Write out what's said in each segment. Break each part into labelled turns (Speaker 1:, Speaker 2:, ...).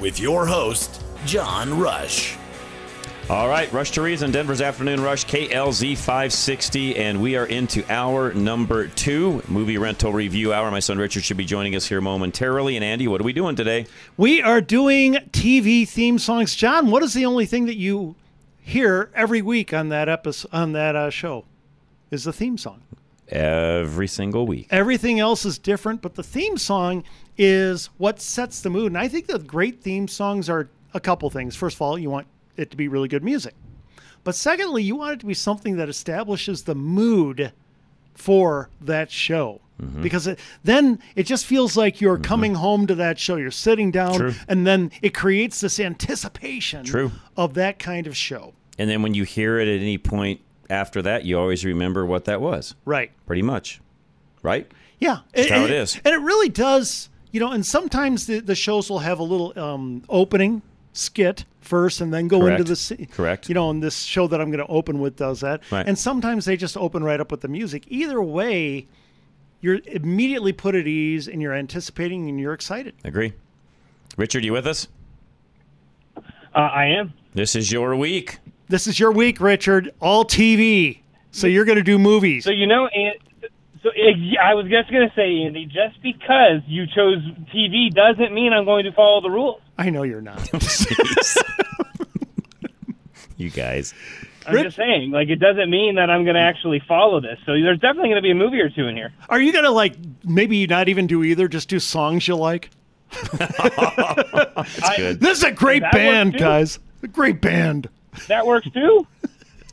Speaker 1: with your host, John Rush.
Speaker 2: All right, Rush to Reason, Denver's Afternoon Rush, KLZ 560, and we are into hour number two, movie rental review hour. My son Richard should be joining us here momentarily. And Andy, what are we doing today?
Speaker 3: We are doing TV theme songs. John, what is the only thing that you hear every week on that episode on that uh, show? Is the theme song.
Speaker 2: Every single week.
Speaker 3: Everything else is different, but the theme song is what sets the mood. And I think the great theme songs are a couple things. First of all, you want it to be really good music. But secondly, you want it to be something that establishes the mood for that show.
Speaker 2: Mm-hmm.
Speaker 3: Because it, then it just feels like you're coming home to that show. You're sitting down,
Speaker 2: True.
Speaker 3: and then it creates this anticipation
Speaker 2: True.
Speaker 3: of that kind of show.
Speaker 2: And then when you hear it at any point after that, you always remember what that was,
Speaker 3: Right.
Speaker 2: pretty much. Right?
Speaker 3: Yeah,
Speaker 2: That's
Speaker 3: and-
Speaker 2: how
Speaker 3: and
Speaker 2: it is.
Speaker 3: and it really does. You know, and sometimes the, the shows will have a little um, opening skit first, and then go
Speaker 2: Correct.
Speaker 3: into the se-
Speaker 2: Correct.
Speaker 3: You know, and this show that I'm going to open with does that,
Speaker 2: Right.
Speaker 3: and sometimes they just open right up with the music. Either way, you're immediately put at ease, and you're anticipating, and you're excited.
Speaker 2: Agree. Richard, you with us?
Speaker 4: Uh, I am.
Speaker 2: This is your week.
Speaker 3: This is your week, Richard. All TV, so you're going to do movies.
Speaker 4: So you know, and so it, I was just gonna say, Andy, just because you chose TV doesn't mean I'm going to follow the rules.
Speaker 3: I know you're not.
Speaker 2: You guys.
Speaker 4: I'm just saying, like, it doesn't mean that I'm gonna actually follow this. So there's definitely gonna be a movie or two in here.
Speaker 3: Are you going to like maybe not even do either? Just do songs you like.
Speaker 4: I-
Speaker 2: good.
Speaker 3: This is a great
Speaker 4: That works,
Speaker 3: band,
Speaker 4: too.
Speaker 3: guys. A great band.
Speaker 4: That works too.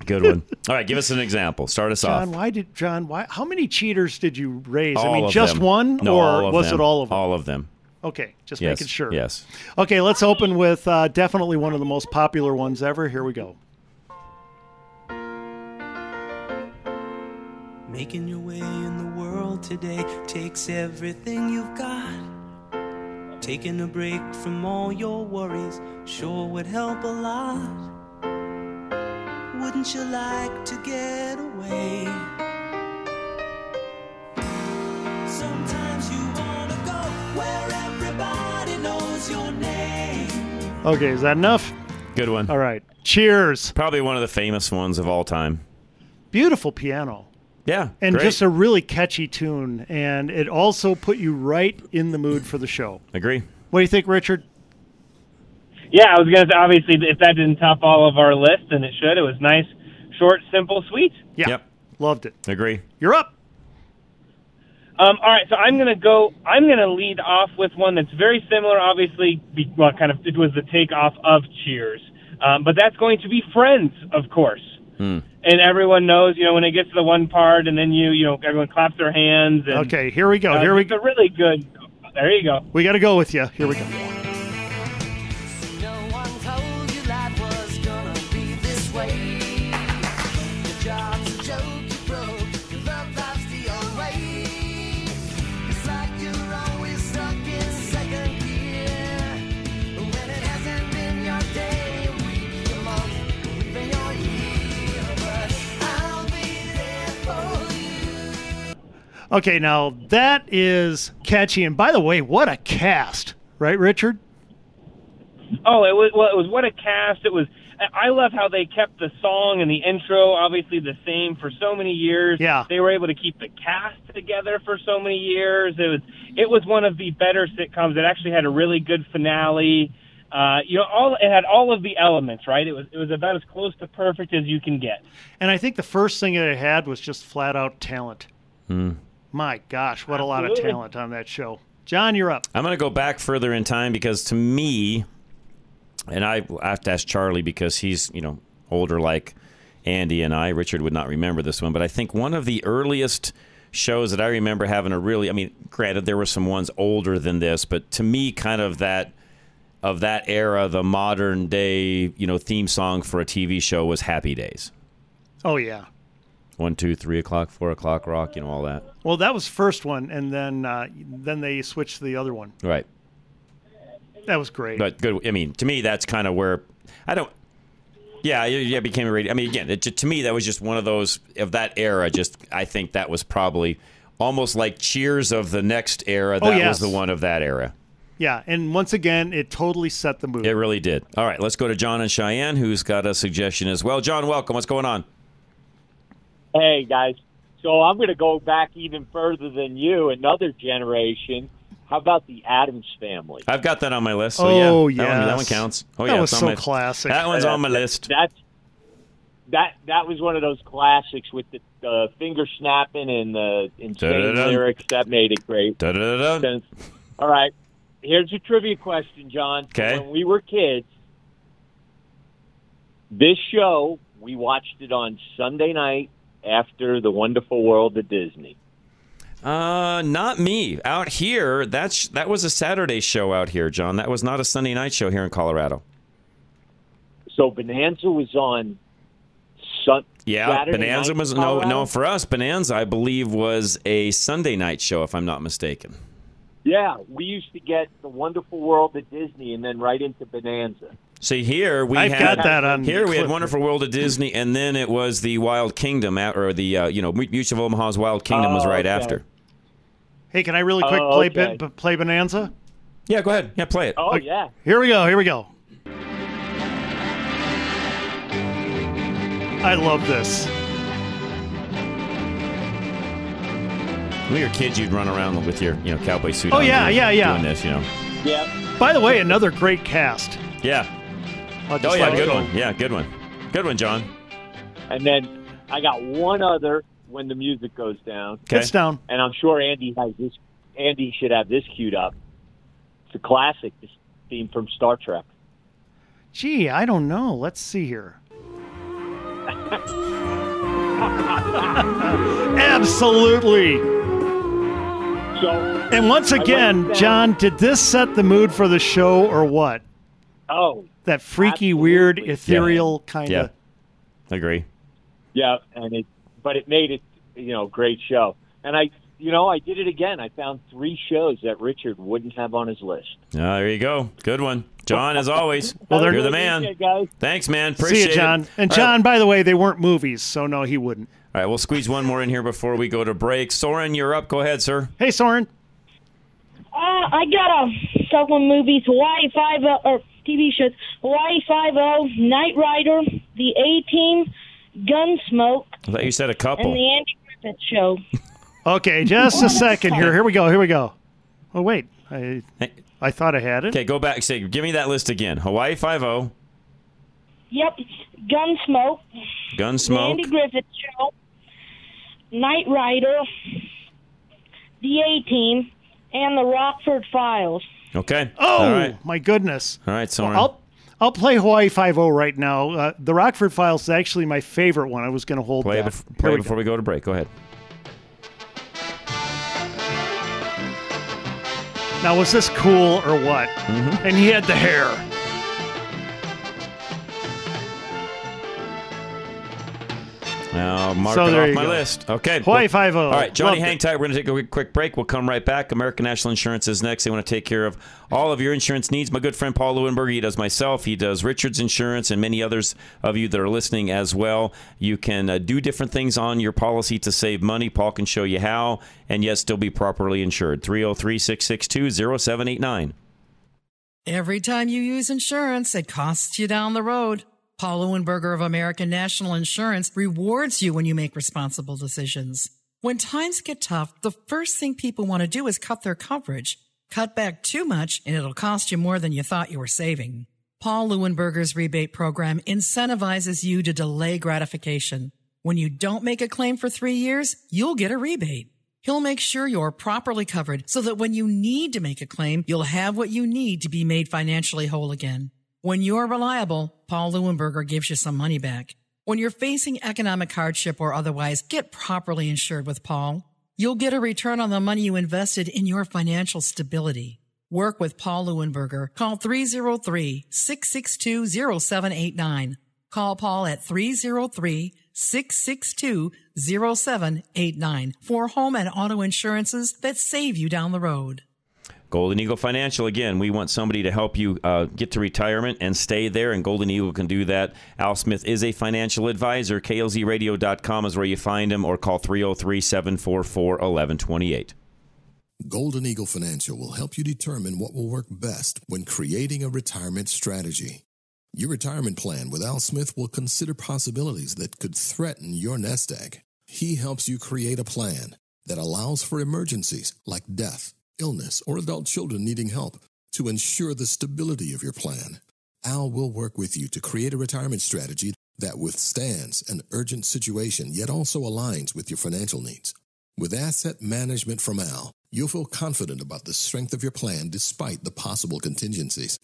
Speaker 2: Good one. All right, give us an example. Start us
Speaker 3: John,
Speaker 2: off.
Speaker 3: why did John? Why? How many cheaters did you raise?
Speaker 2: All
Speaker 3: I mean,
Speaker 2: of
Speaker 3: just
Speaker 2: them.
Speaker 3: one,
Speaker 2: No,
Speaker 3: or
Speaker 2: all of
Speaker 3: was
Speaker 2: them.
Speaker 3: it all of them?
Speaker 2: All of them.
Speaker 3: Okay, just
Speaker 2: Yes.
Speaker 3: making sure.
Speaker 2: Yes.
Speaker 3: Okay, let's open with uh, definitely one of the most popular ones ever. Here we go.
Speaker 5: Making your way in the world today takes everything you've got. Taking a break from all your worries sure would help a lot. Wouldn't you like to get away? Sometimes you wanna go where everybody knows your name.
Speaker 3: Okay, is that enough?
Speaker 2: Good one.
Speaker 3: All right. Cheers.
Speaker 2: Probably one of the famous ones of all time.
Speaker 3: Beautiful piano.
Speaker 2: Yeah.
Speaker 3: And
Speaker 2: great.
Speaker 3: just a really catchy tune, and it also put you right in the mood for the show.
Speaker 2: Agree.
Speaker 3: What do you think, Richard?
Speaker 4: Yeah, I was gonna. Say, obviously, if that didn't top all of our list, and it should, it was nice, short, simple, sweet.
Speaker 3: Yeah,
Speaker 2: Yep.
Speaker 3: loved it.
Speaker 2: Agree.
Speaker 3: You're up.
Speaker 4: Um, all right, so I'm gonna go. I'm gonna lead off with one that's very similar. Obviously, be, well, kind of it was the takeoff of Cheers, um, but that's going to be Friends, of course.
Speaker 1: Hmm.
Speaker 4: And everyone knows, you know, when it gets to the one part, and then you, you know, everyone claps their hands. And,
Speaker 3: Okay, here we go.
Speaker 4: uh,
Speaker 3: Here we
Speaker 4: it's a really good. There you go.
Speaker 3: we got to go with you. Here we go.
Speaker 5: No one told you life was gonna be this way. Your job's a joke, you broke. Your love life's the old way. It's like you're always stuck in second gear. When it hasn't been your day, your week, your month, or even your year. But I'll be there for you.
Speaker 3: Okay, now that is catchy. And by the way, what a cast, right, Richard?
Speaker 4: Oh, it was well. It was what a cast. It was. I- I love how they kept the song and the intro obviously the same for so many years.
Speaker 3: Yeah.
Speaker 4: they were able to keep the cast together for so many years. It was it was one of the better sitcoms. It actually had a really good finale. Uh, you know, all it had all of the elements, right? It was it was about as close to perfect as you can get.
Speaker 3: And I think the first thing that it had was just flat out talent.
Speaker 2: Hmm.
Speaker 3: My gosh, what a lot of
Speaker 4: Absolutely.
Speaker 3: talent on that show. John, you're up.
Speaker 2: I'm going to go back further in time because to me, and I I have to ask Charlie because he's you know older like Andy and I. Richard would not remember this one, but I think one of the earliest shows that I remember having a really. I mean, granted there were some ones older than this, but to me, kind of that of that era, the modern day you know theme song for a TV show was Happy Days.
Speaker 3: Oh yeah.
Speaker 2: One, two, three o'clock, four o'clock, rock, you know all that.
Speaker 3: Well, that was first one, and then uh, then they switched to the other one.
Speaker 2: Right.
Speaker 3: That was great.
Speaker 2: But good. I mean, to me, that's kind of where I don't. Yeah, yeah, yeah, it became a radio. I mean, again, it, ju- to me, that was just one of those of that era. Just I think that was probably almost like Cheers of the next era.
Speaker 3: Oh,
Speaker 2: That
Speaker 3: yes.
Speaker 2: was the one of that era.
Speaker 3: yeah, and once again, it totally set the mood.
Speaker 2: It really did. All right, let's go to John and Cheyenne, who's got a suggestion as well. John, welcome. What's going on?
Speaker 1: Hey guys, so I'm going to go back even further than you, another generation. How about the Adams family?
Speaker 2: I've got that on my list. So
Speaker 1: Oh,
Speaker 2: yeah, that one, that one
Speaker 1: yes.
Speaker 2: counts. Oh
Speaker 1: That
Speaker 2: yeah,
Speaker 1: was
Speaker 2: it's on
Speaker 1: so
Speaker 2: my-
Speaker 1: classic.
Speaker 2: That one's on my
Speaker 1: Yeah.
Speaker 2: list.
Speaker 1: That's that that was one of those classics with the, the finger snapping and the insane
Speaker 2: Da-da-da.
Speaker 1: lyrics that made it great.
Speaker 2: Da-da-da-da.
Speaker 1: All right, here's your trivia question, John.
Speaker 2: Okay.
Speaker 1: When we were kids, this show we watched it on Sunday night after the Wonderful World of Disney.
Speaker 2: Uh, not me. Out here, that's that was a Saturday show out here, John. That was not a Sunday night show here in Colorado.
Speaker 1: So Bonanza was on Sun.
Speaker 2: Yeah,
Speaker 1: Saturday
Speaker 2: Bonanza
Speaker 1: night in
Speaker 2: was no, no.
Speaker 1: Colorado?
Speaker 2: For us, Bonanza, I believe, was a Sunday night show, if I'm not mistaken.
Speaker 1: Yeah, we used to get the Wonderful World of Disney and then right into Bonanza.
Speaker 2: See here we
Speaker 1: I've
Speaker 2: had
Speaker 1: got that on
Speaker 2: here we had
Speaker 1: clip.
Speaker 2: Wonderful World of Disney, and then it was the Wild Kingdom at- or the uh, you know Mutual of Omaha's Wild Kingdom was
Speaker 3: Oh,
Speaker 2: right
Speaker 3: okay.
Speaker 2: after.
Speaker 3: Hey, can I really quick
Speaker 1: Oh,
Speaker 3: play
Speaker 1: okay.
Speaker 3: ba- play Bonanza?
Speaker 2: Yeah, go ahead. Yeah, play it.
Speaker 1: Oh yeah.
Speaker 3: Here we go. Here we go. I love this.
Speaker 2: When you were kids, you'd run around with your you know cowboy suit.
Speaker 3: Oh,
Speaker 2: on,
Speaker 3: yeah,
Speaker 2: doing-
Speaker 3: yeah, yeah.
Speaker 2: Doing this, you know.
Speaker 1: Yeah.
Speaker 3: By the way, another great cast.
Speaker 2: Yeah.
Speaker 3: I'll
Speaker 2: Oh
Speaker 3: just
Speaker 2: yeah,
Speaker 3: let it
Speaker 2: good
Speaker 3: go.
Speaker 2: one. Yeah, good one. Good one, John.
Speaker 1: And then I got one other when the music goes down.
Speaker 2: Okay. It's down.
Speaker 1: And I'm sure Andy has this. Andy should have this queued up. It's a classic. This theme from Star Trek.
Speaker 3: Gee, I don't know. Let's see here. Absolutely. and once
Speaker 1: I wrote
Speaker 3: again,
Speaker 1: down-
Speaker 3: John, did this set the mood for the show or what?
Speaker 1: Oh,
Speaker 3: That freaky, weird, ethereal kind of.
Speaker 2: Agree.
Speaker 1: Yeah, and it, but it made it, you know, great show. And I, you know, I did it again. I found three shows that Richard wouldn't have on his list.
Speaker 2: Ah, there you go. Good one, John. As always,
Speaker 1: Well, they're-
Speaker 2: you're the man.
Speaker 1: guys.
Speaker 2: Thanks, man.
Speaker 3: See
Speaker 2: Appreciate
Speaker 3: you, John.
Speaker 2: It.
Speaker 3: And
Speaker 2: All right.
Speaker 3: John, by the way, they weren't movies, so no, he wouldn't.
Speaker 2: All right, we'll squeeze one more in here before we go to break. Soren, you're up. Go ahead, sir.
Speaker 3: Hey, Soren.
Speaker 6: Uh, I got a couple movies: Hawaii Five O or TV shows: Hawaii Five O, Knight Rider, The A Team, Gunsmoke,
Speaker 2: I thought you said a
Speaker 6: and
Speaker 2: couple.
Speaker 6: The Andy Griffith Show.
Speaker 3: Okay, just a second here. Here we go. Here we go. Oh wait, I I thought I had it.
Speaker 2: Okay, go back. Say, give me that list again. Hawaii Five oh, O,
Speaker 6: Yep, Gunsmoke, The Andy
Speaker 2: Gunsmoke,
Speaker 6: Griffith Show, Knight Rider, The A Team, and The Rockford Files.
Speaker 2: Okay.
Speaker 3: Oh
Speaker 2: All right.
Speaker 3: my goodness.
Speaker 2: All right, Soren.
Speaker 3: I'll I'll play Hawaii Five O right now. Uh, the Rockford Files is actually my favorite one. I was going to hold
Speaker 2: play
Speaker 3: that.
Speaker 2: bef-
Speaker 3: Here
Speaker 2: play
Speaker 3: we
Speaker 2: before we go to break. Go ahead.
Speaker 3: go. Now was this cool or what?
Speaker 2: Mm-hmm.
Speaker 3: And he had the hair.
Speaker 2: Now mark
Speaker 3: So
Speaker 2: it
Speaker 3: there
Speaker 2: off
Speaker 3: you
Speaker 2: my
Speaker 3: go.
Speaker 2: list. Okay.
Speaker 3: Hawaii
Speaker 2: Well-
Speaker 3: 5-0.
Speaker 2: All right, Johnny,
Speaker 3: Loved it.
Speaker 2: hang tight. We're going to take a quick- quick break. We'll come right back. American National Insurance is next. They want to take care of all of your insurance needs. My good friend Paul Lewinberg, he does myself, he does Richard's Insurance, and many others of you that are listening as well. You can uh, do different things on your policy to save money. Paul can show you how, and yet still be properly insured. 303 662 0789.
Speaker 7: Every time you use insurance, it costs you down the road. Paul Lewinberger of American National Insurance rewards you when you make responsible decisions. When times get tough, the first thing people want to do is cut their coverage. Cut back too much and it'll cost you more than you thought you were saving. Paul Leuenberger's rebate program incentivizes you to delay gratification. When you don't make a claim for three years, you'll get a rebate. He'll make sure you're properly covered so that when you need to make a claim, you'll have what you need to be made financially whole again. When you're reliable, Paul Leuenberger gives you some money back. When you're facing economic hardship or otherwise, get properly insured with Paul. You'll get a return on the money you invested in your financial stability. Work with Paul Leuenberger. Call 303-662-0789. Call Paul at 303-662-0789 for home and auto insurances that save you down the road.
Speaker 2: Golden Eagle Financial, again, we want somebody to help you uh, get to retirement and stay there, and Golden Eagle can do that. Al Smith is a financial advisor. KLZradio.com is where you find him, or call 303 744 1128.
Speaker 8: Golden Eagle Financial will help you determine what will work best when creating a retirement strategy. Your retirement plan with Al Smith will consider possibilities that could threaten your nest egg. He helps you create a plan that allows for emergencies like death, illness, or adult children needing help to ensure the stability of your plan. Al will work with you to create a retirement strategy that withstands an urgent situation yet also aligns with your financial needs. With asset management from Al, you'll feel confident about the strength of your plan despite the possible contingencies.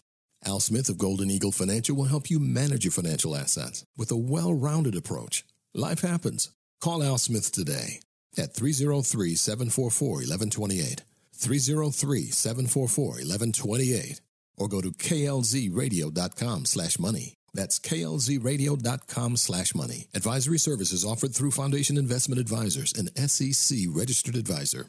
Speaker 8: Al Smith of Golden Eagle Financial will help you manage your financial assets with a well rounded approach. Life happens. Call Al Smith today at 303 744 1128, 303 744 1128, or go to klzradio.com slash money. That's klzradio.com slash money. Advisory services offered through Foundation Investment Advisors, an SEC registered advisor.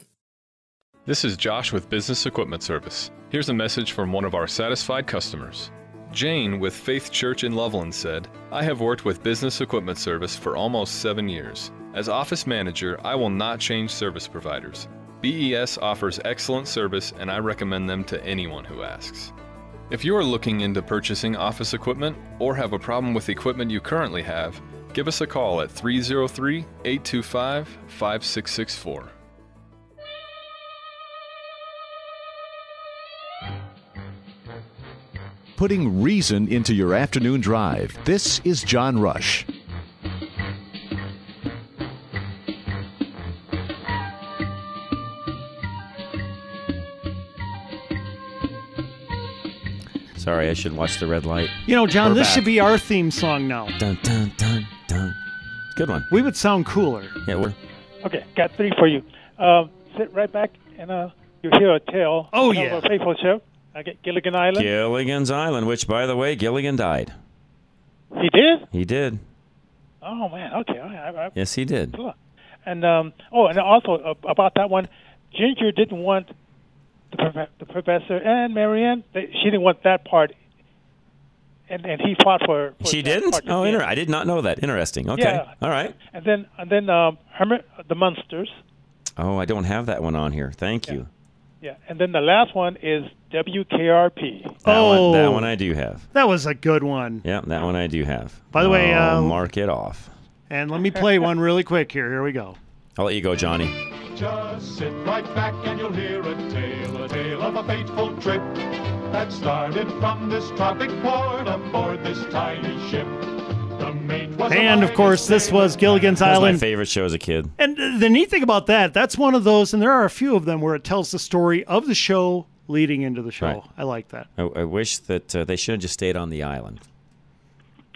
Speaker 9: This is Josh with Business Equipment Service. Here's a message from one of our satisfied customers. Jane with Faith Church in Loveland said, I have worked with Business Equipment Service for almost seven years. As office manager, I will not change service providers. BES offers excellent service and I recommend them to anyone who asks. If you are looking into purchasing office equipment or have a problem with equipment you currently have, give us a call at 303 825 5664.
Speaker 10: Putting reason into your afternoon drive. This is John Rush.
Speaker 2: Sorry, I should watch the red light.
Speaker 3: You know, John,
Speaker 2: We're
Speaker 3: this
Speaker 2: back.
Speaker 3: should be our theme song now.
Speaker 2: Dun, dun, dun, dun. Good one.
Speaker 3: We would sound cooler.
Speaker 2: Yeah, we're.
Speaker 11: Okay, got three for you. Um, sit right back and uh, you hear a tale.
Speaker 3: Oh,
Speaker 11: of
Speaker 3: yeah.
Speaker 11: a faithful ship. I get Gilligan Island.
Speaker 2: Gilligan's Island, which, by the way, Gilligan died.
Speaker 11: He did?
Speaker 2: He did.
Speaker 11: Oh man. Okay. all right, all right.
Speaker 2: Yes, he did.
Speaker 11: Cool. And um, oh, and also uh, about that one, Ginger didn't want the, prof- the professor and Marianne. They, she didn't want that part. And and he fought for. for
Speaker 2: She
Speaker 11: that
Speaker 2: didn't?
Speaker 11: part.
Speaker 2: Oh,
Speaker 11: Yeah.
Speaker 2: inter- I did not know that. Interesting. Okay.
Speaker 11: Yeah.
Speaker 2: All right.
Speaker 11: And then and then um, Hermit the Munsters.
Speaker 2: Oh, I don't have that one on here. Thank you.
Speaker 11: Yeah. And then the last one is WKRP.
Speaker 2: That one, that
Speaker 3: Oh.
Speaker 2: one I do have.
Speaker 3: That was a good one.
Speaker 2: Yeah, that one I do have.
Speaker 3: By the way,
Speaker 2: I'll
Speaker 3: uh,
Speaker 2: mark it off.
Speaker 3: And let me play one really quick here. Here we go.
Speaker 2: I'll let you go, Johnny.
Speaker 12: Just sit right back and you'll hear a tale, a tale of a fateful trip that started from this tropic port aboard this tiny ship. The mate was a
Speaker 3: And of course, this was Gilligan's
Speaker 2: That was my
Speaker 3: Island.
Speaker 2: favorite show as a kid.
Speaker 3: And the neat thing about that, that's one of those, and there are a few of them where it tells the story of the show leading into the show.
Speaker 2: Right.
Speaker 3: I like that.
Speaker 2: I, I wish that uh, they should have just stayed on the island,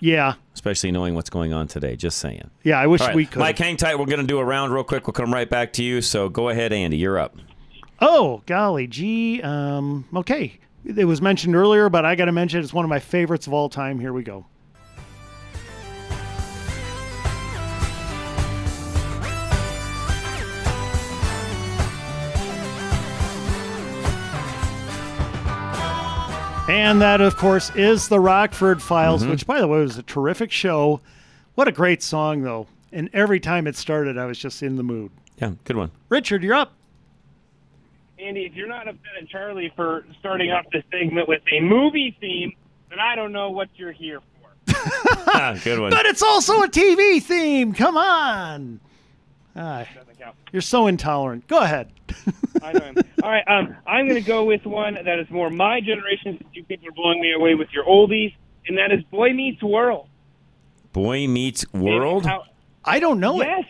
Speaker 3: Yeah.
Speaker 2: especially knowing what's going on today. Just saying.
Speaker 3: Yeah, I wish
Speaker 2: All right,
Speaker 3: we could.
Speaker 2: Mike, hang tight. We're going to do a round real quick. We'll come right back to you. So go ahead, Andy. You're up.
Speaker 3: Oh, golly gee. Um, okay. It was mentioned earlier, but I got to mention it. it's one of my favorites of all time. Here we go. And that, of course, is the Rockford Files,
Speaker 2: Mhm.
Speaker 3: which, by the way, was a terrific show. What a great song, though. And every time it started, I was just in the mood.
Speaker 2: Yeah, good one.
Speaker 3: Richard, you're up.
Speaker 4: Andy, if you're not upset at Charlie for starting off this segment with a movie theme, then I don't know what you're here for.
Speaker 2: good one.
Speaker 3: But it's also a TV theme. Come on. Ah, you're so intolerant. Go ahead.
Speaker 4: I know him. All right, um, I'm going to go with one that is more my generation since you people are blowing me away with your oldies. and that is Boy Meets World.
Speaker 2: Boy Meets World.
Speaker 4: How-
Speaker 3: I don't know
Speaker 4: yes.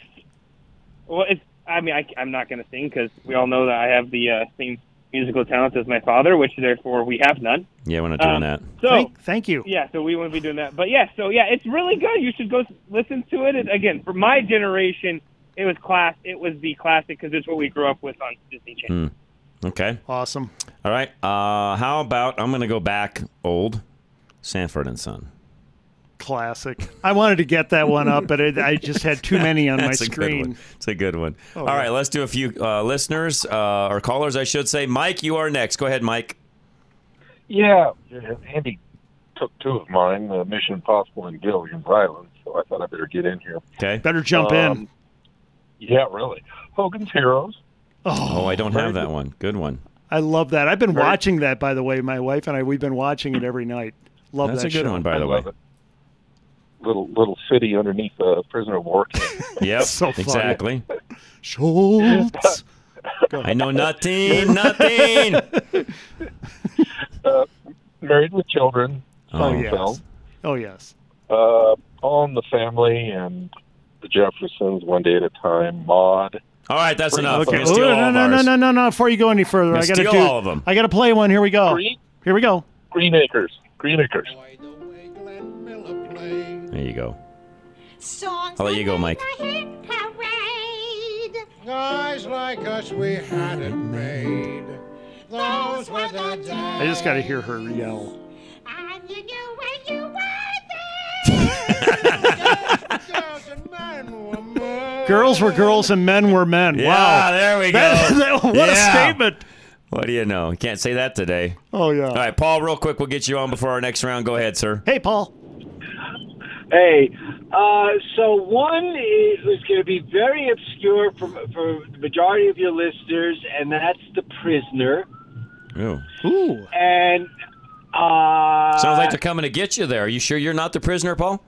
Speaker 4: Well, it's. I mean, I, am not going to sing because we all know that I have the uh, same musical talent as my father, which therefore we have none.
Speaker 2: Yeah, we're not doing
Speaker 4: Um,
Speaker 2: that.
Speaker 4: So
Speaker 3: thank, thank you.
Speaker 4: Yeah, so we wouldn't be doing that. But yeah, so yeah, it's really good. You should go s- listen to it. And again, for my generation, it was class. It was the classic because it's what we grew up with on Disney Channel.
Speaker 2: Hmm. Okay.
Speaker 3: Awesome.
Speaker 2: All right. Uh, how about I'm going to go back old, Sanford and Son.
Speaker 3: Classic. I wanted to get that one up, but it, I just had too many on my
Speaker 2: That's a good one.
Speaker 3: screen.
Speaker 2: It's a good one.
Speaker 3: Oh,
Speaker 2: All
Speaker 3: yeah.
Speaker 2: right, let's do a few uh, listeners uh, or callers, I should say. Mike, you are next. Go ahead, Mike.
Speaker 13: Yeah, Andy took two of mine, uh, Mission Impossible and Gilligan's Island, so I thought I better get in here.
Speaker 2: Okay.
Speaker 3: Better jump
Speaker 13: Um,
Speaker 3: in.
Speaker 13: Yeah, really. Hogan's Heroes.
Speaker 2: Oh, I don't have that one. Good one.
Speaker 3: I love that. I've been
Speaker 13: Very-
Speaker 3: watching that, by the way. My wife and I, we've been watching it every night. Love
Speaker 2: That's
Speaker 3: that
Speaker 2: a good
Speaker 3: show.
Speaker 2: one, by the way.
Speaker 13: love Little little city underneath uh, prisoner of war. camp.
Speaker 2: Yep,
Speaker 13: So funny.
Speaker 2: exactly.
Speaker 3: Schultz.
Speaker 2: I know nothing, nothing.
Speaker 13: uh, married with Children.
Speaker 2: Oh,
Speaker 13: Seinfeld,
Speaker 3: Oh yes.
Speaker 13: uh, All in the Family, and The Jeffersons. One day at a time. Maud.
Speaker 2: All right, that's
Speaker 13: enough.
Speaker 2: We're gonna
Speaker 3: Oh,
Speaker 2: steal all
Speaker 3: no,
Speaker 2: of
Speaker 3: no, no,
Speaker 2: ours.
Speaker 3: no, no, no! Before you go any further,
Speaker 2: Gonna
Speaker 3: I gotta
Speaker 2: steal
Speaker 3: do.
Speaker 2: all of 'em.
Speaker 3: I gotta play one. Here we go.
Speaker 13: Green-
Speaker 3: Here we go.
Speaker 13: Green Acres. Green Acres.
Speaker 2: There you go. I'll let you go, Mike.
Speaker 14: Guys like us, we had it made. Those were the days.
Speaker 3: I just gotta hear her yell. Girls were girls and men were men.
Speaker 2: Yeah,
Speaker 3: wow.
Speaker 2: there we go.
Speaker 3: That- that- what a
Speaker 2: Yeah.
Speaker 3: statement.
Speaker 2: What do you know? Can't say that today.
Speaker 3: Oh yeah.
Speaker 2: All right, Paul, real quick, we'll get you on before our next round. Go ahead, sir.
Speaker 3: Hey, Paul.
Speaker 15: Hey, uh, so one is, is going to be very obscure for, for the majority of your listeners, and that's The Prisoner.
Speaker 2: Ooh.
Speaker 15: And uh,
Speaker 2: Sounds like they're coming to get you there. Are you sure you're not the prisoner, Paul?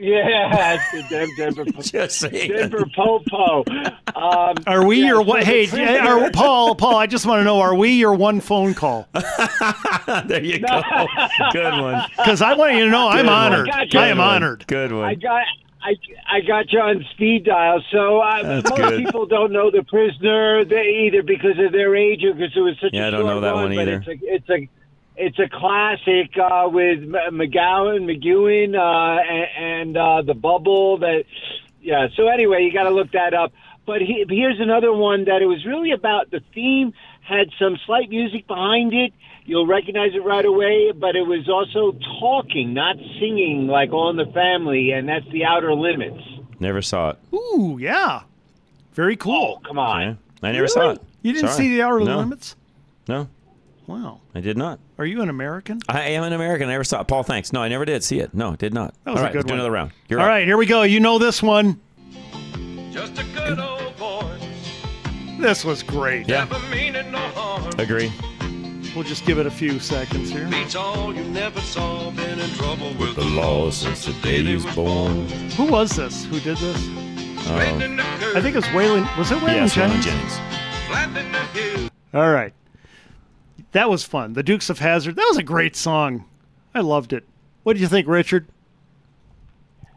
Speaker 15: yeah, it's the Dem- Denver,
Speaker 2: Just saying.
Speaker 15: Denver Popo. Um,
Speaker 3: Are we
Speaker 15: yeah,
Speaker 3: your
Speaker 15: so
Speaker 3: one?
Speaker 15: The
Speaker 3: Hey,
Speaker 15: Prisoner-
Speaker 3: are, Paul, Paul, I just want to know: Are we your one phone call?
Speaker 2: there you go. Good one.
Speaker 3: Because I want you to know I'm
Speaker 15: Good one.
Speaker 3: honored.
Speaker 15: Gotcha.
Speaker 3: I am
Speaker 15: Good one.
Speaker 3: honored.
Speaker 2: Good
Speaker 15: I got I, I got you on speed dial. So uh,
Speaker 3: That's
Speaker 15: most
Speaker 3: good.
Speaker 15: people don't know the prisoner they either because of their age or because it was such
Speaker 2: Yeah,
Speaker 15: a
Speaker 2: I don't
Speaker 15: short
Speaker 2: know that
Speaker 15: run,
Speaker 2: one
Speaker 15: but
Speaker 2: either.
Speaker 15: It's a it's a it's a classic uh, with M- McGowan, McEwen, uh, and, and uh, the bubble. That yeah. So anyway, you got to look that up. But he, here's another one that it was really about. The theme had some slight music behind it. You'll recognize it right away. But it was also talking, not singing, like on the family, and that's the outer limits.
Speaker 2: Never saw it.
Speaker 3: Ooh, yeah. Very cool.
Speaker 15: come on.
Speaker 2: I never saw it.
Speaker 3: You didn't
Speaker 2: Sorry.
Speaker 3: see the hourly
Speaker 2: No.
Speaker 3: limits?
Speaker 2: No,
Speaker 3: Wow.
Speaker 2: I did not.
Speaker 3: Are you an American?
Speaker 2: I am an American. I never saw it. Paul, thanks. No, I never did see it. No, did not.
Speaker 3: That was
Speaker 2: All
Speaker 3: a
Speaker 2: right,
Speaker 3: good
Speaker 2: let's do
Speaker 3: one.
Speaker 2: another round. You're
Speaker 3: All
Speaker 2: up.
Speaker 3: right, here we go. You know this one.
Speaker 12: Just a good old boy.
Speaker 3: This was great.
Speaker 12: Never meaning no harm.
Speaker 2: Agree.
Speaker 3: We'll just give it a few seconds here.
Speaker 12: Beats all you never saw. Been in trouble with
Speaker 2: The law since the day he was born.
Speaker 3: Who was this? Who did this?
Speaker 2: Um,
Speaker 3: I think it was Waylon. Was it Waylon
Speaker 2: yes, Waylon
Speaker 3: Jennings?
Speaker 2: Jennings.
Speaker 3: All right. That was fun. The Dukes of Hazard. That was a great song. I loved it. What did you think, Richard?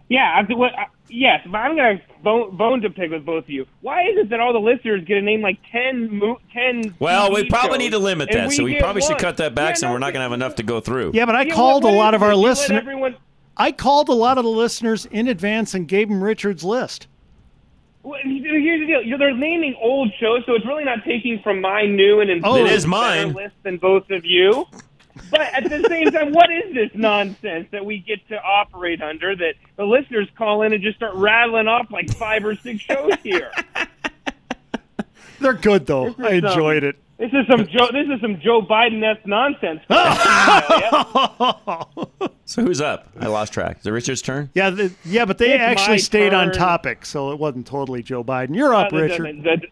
Speaker 4: Yeah, I'm, what, uh, yes, but I'm gonna bone, bone to pick with both of you. Why is it that all the listeners get to name like ten, mo- ten?
Speaker 2: Well, we
Speaker 4: TV
Speaker 2: probably
Speaker 4: shows,
Speaker 2: need to limit
Speaker 4: and
Speaker 2: that, so we
Speaker 4: get
Speaker 2: probably should
Speaker 4: one?
Speaker 2: cut that back, so we're not going to have enough to go through.
Speaker 3: Yeah, but I
Speaker 4: Yeah, what-
Speaker 3: called
Speaker 4: what
Speaker 3: a
Speaker 4: is
Speaker 3: lot of
Speaker 4: it?
Speaker 3: our
Speaker 4: You let
Speaker 3: listeners.
Speaker 4: everyone-
Speaker 3: I called a lot of the listeners in advance and gave them Richard's list.
Speaker 4: Well, here's the deal: You're, they're naming old shows, so it's really not taking from my new and improved
Speaker 3: Oh, It is
Speaker 4: better
Speaker 3: mine.
Speaker 4: list than both of you. But at the same time, what is this nonsense that we get to operate under? That the listeners call in and just start rattling off like five or six shows here.
Speaker 3: They're good though. I
Speaker 4: some-
Speaker 3: enjoyed it.
Speaker 4: This is some Joe. This is some Joe Biden-esque nonsense.
Speaker 3: Oh,
Speaker 2: So who's up? I lost track. Is it Richard's turn?
Speaker 3: Yeah, the, yeah, but they
Speaker 4: It's my
Speaker 3: actually stayed on
Speaker 4: turn.
Speaker 3: topic, so it wasn't totally Joe Biden. You're up,
Speaker 4: Uh, that
Speaker 3: Richard.
Speaker 4: doesn't- that-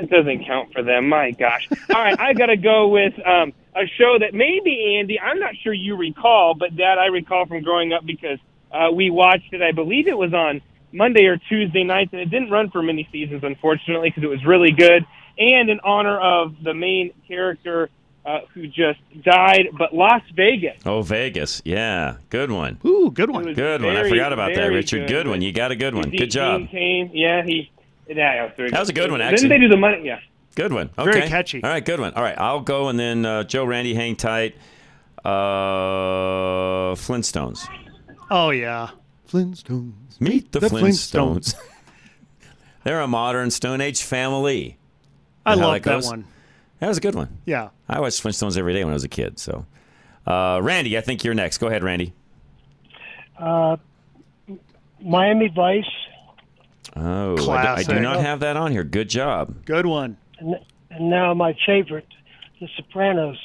Speaker 4: that doesn't count for them. My gosh. All right, I got to go with um, a show that maybe Andy, I'm not sure you recall, but that I recall from growing up because uh, we watched it. I believe it was on Monday or Tuesday nights, and it didn't run for many seasons, unfortunately, because it was really good. And in honor of the main character uh, who just died, but Las Vegas.
Speaker 2: Oh, Vegas. Yeah. Good one.
Speaker 3: Ooh, good one.
Speaker 2: Good one. I
Speaker 4: very,
Speaker 2: forgot about that,
Speaker 4: very
Speaker 2: Richard.
Speaker 4: good.
Speaker 2: Good one. You got a good one.
Speaker 4: The
Speaker 2: Good job.
Speaker 4: team Came, yeah, he. Yeah, that was, very
Speaker 2: That was a good one,
Speaker 4: Didn't
Speaker 2: actually.
Speaker 4: they do the money? Yeah.
Speaker 2: Good one. Okay.
Speaker 4: Very catchy.
Speaker 2: All right, good one. All right, I'll go and then uh, Joe Randy, hang tight. Uh, Flintstones.
Speaker 3: Oh yeah, Flintstones.
Speaker 2: Meet the,
Speaker 3: The
Speaker 2: Flintstones.
Speaker 3: Flintstones.
Speaker 2: They're a modern Stone Age family.
Speaker 3: I
Speaker 2: Is how
Speaker 3: love that
Speaker 2: goes?
Speaker 3: one.
Speaker 2: That was a good one.
Speaker 3: Yeah.
Speaker 2: I watched Flintstones every day when I was a kid. So, uh, Randy, I think you're next. Go ahead, Randy.
Speaker 16: Uh, Miami Vice.
Speaker 2: Oh, I do- I do,
Speaker 16: Classic.
Speaker 2: not have that on here. Good job.
Speaker 3: Good one.
Speaker 16: And, and now my favorite, The Sopranos.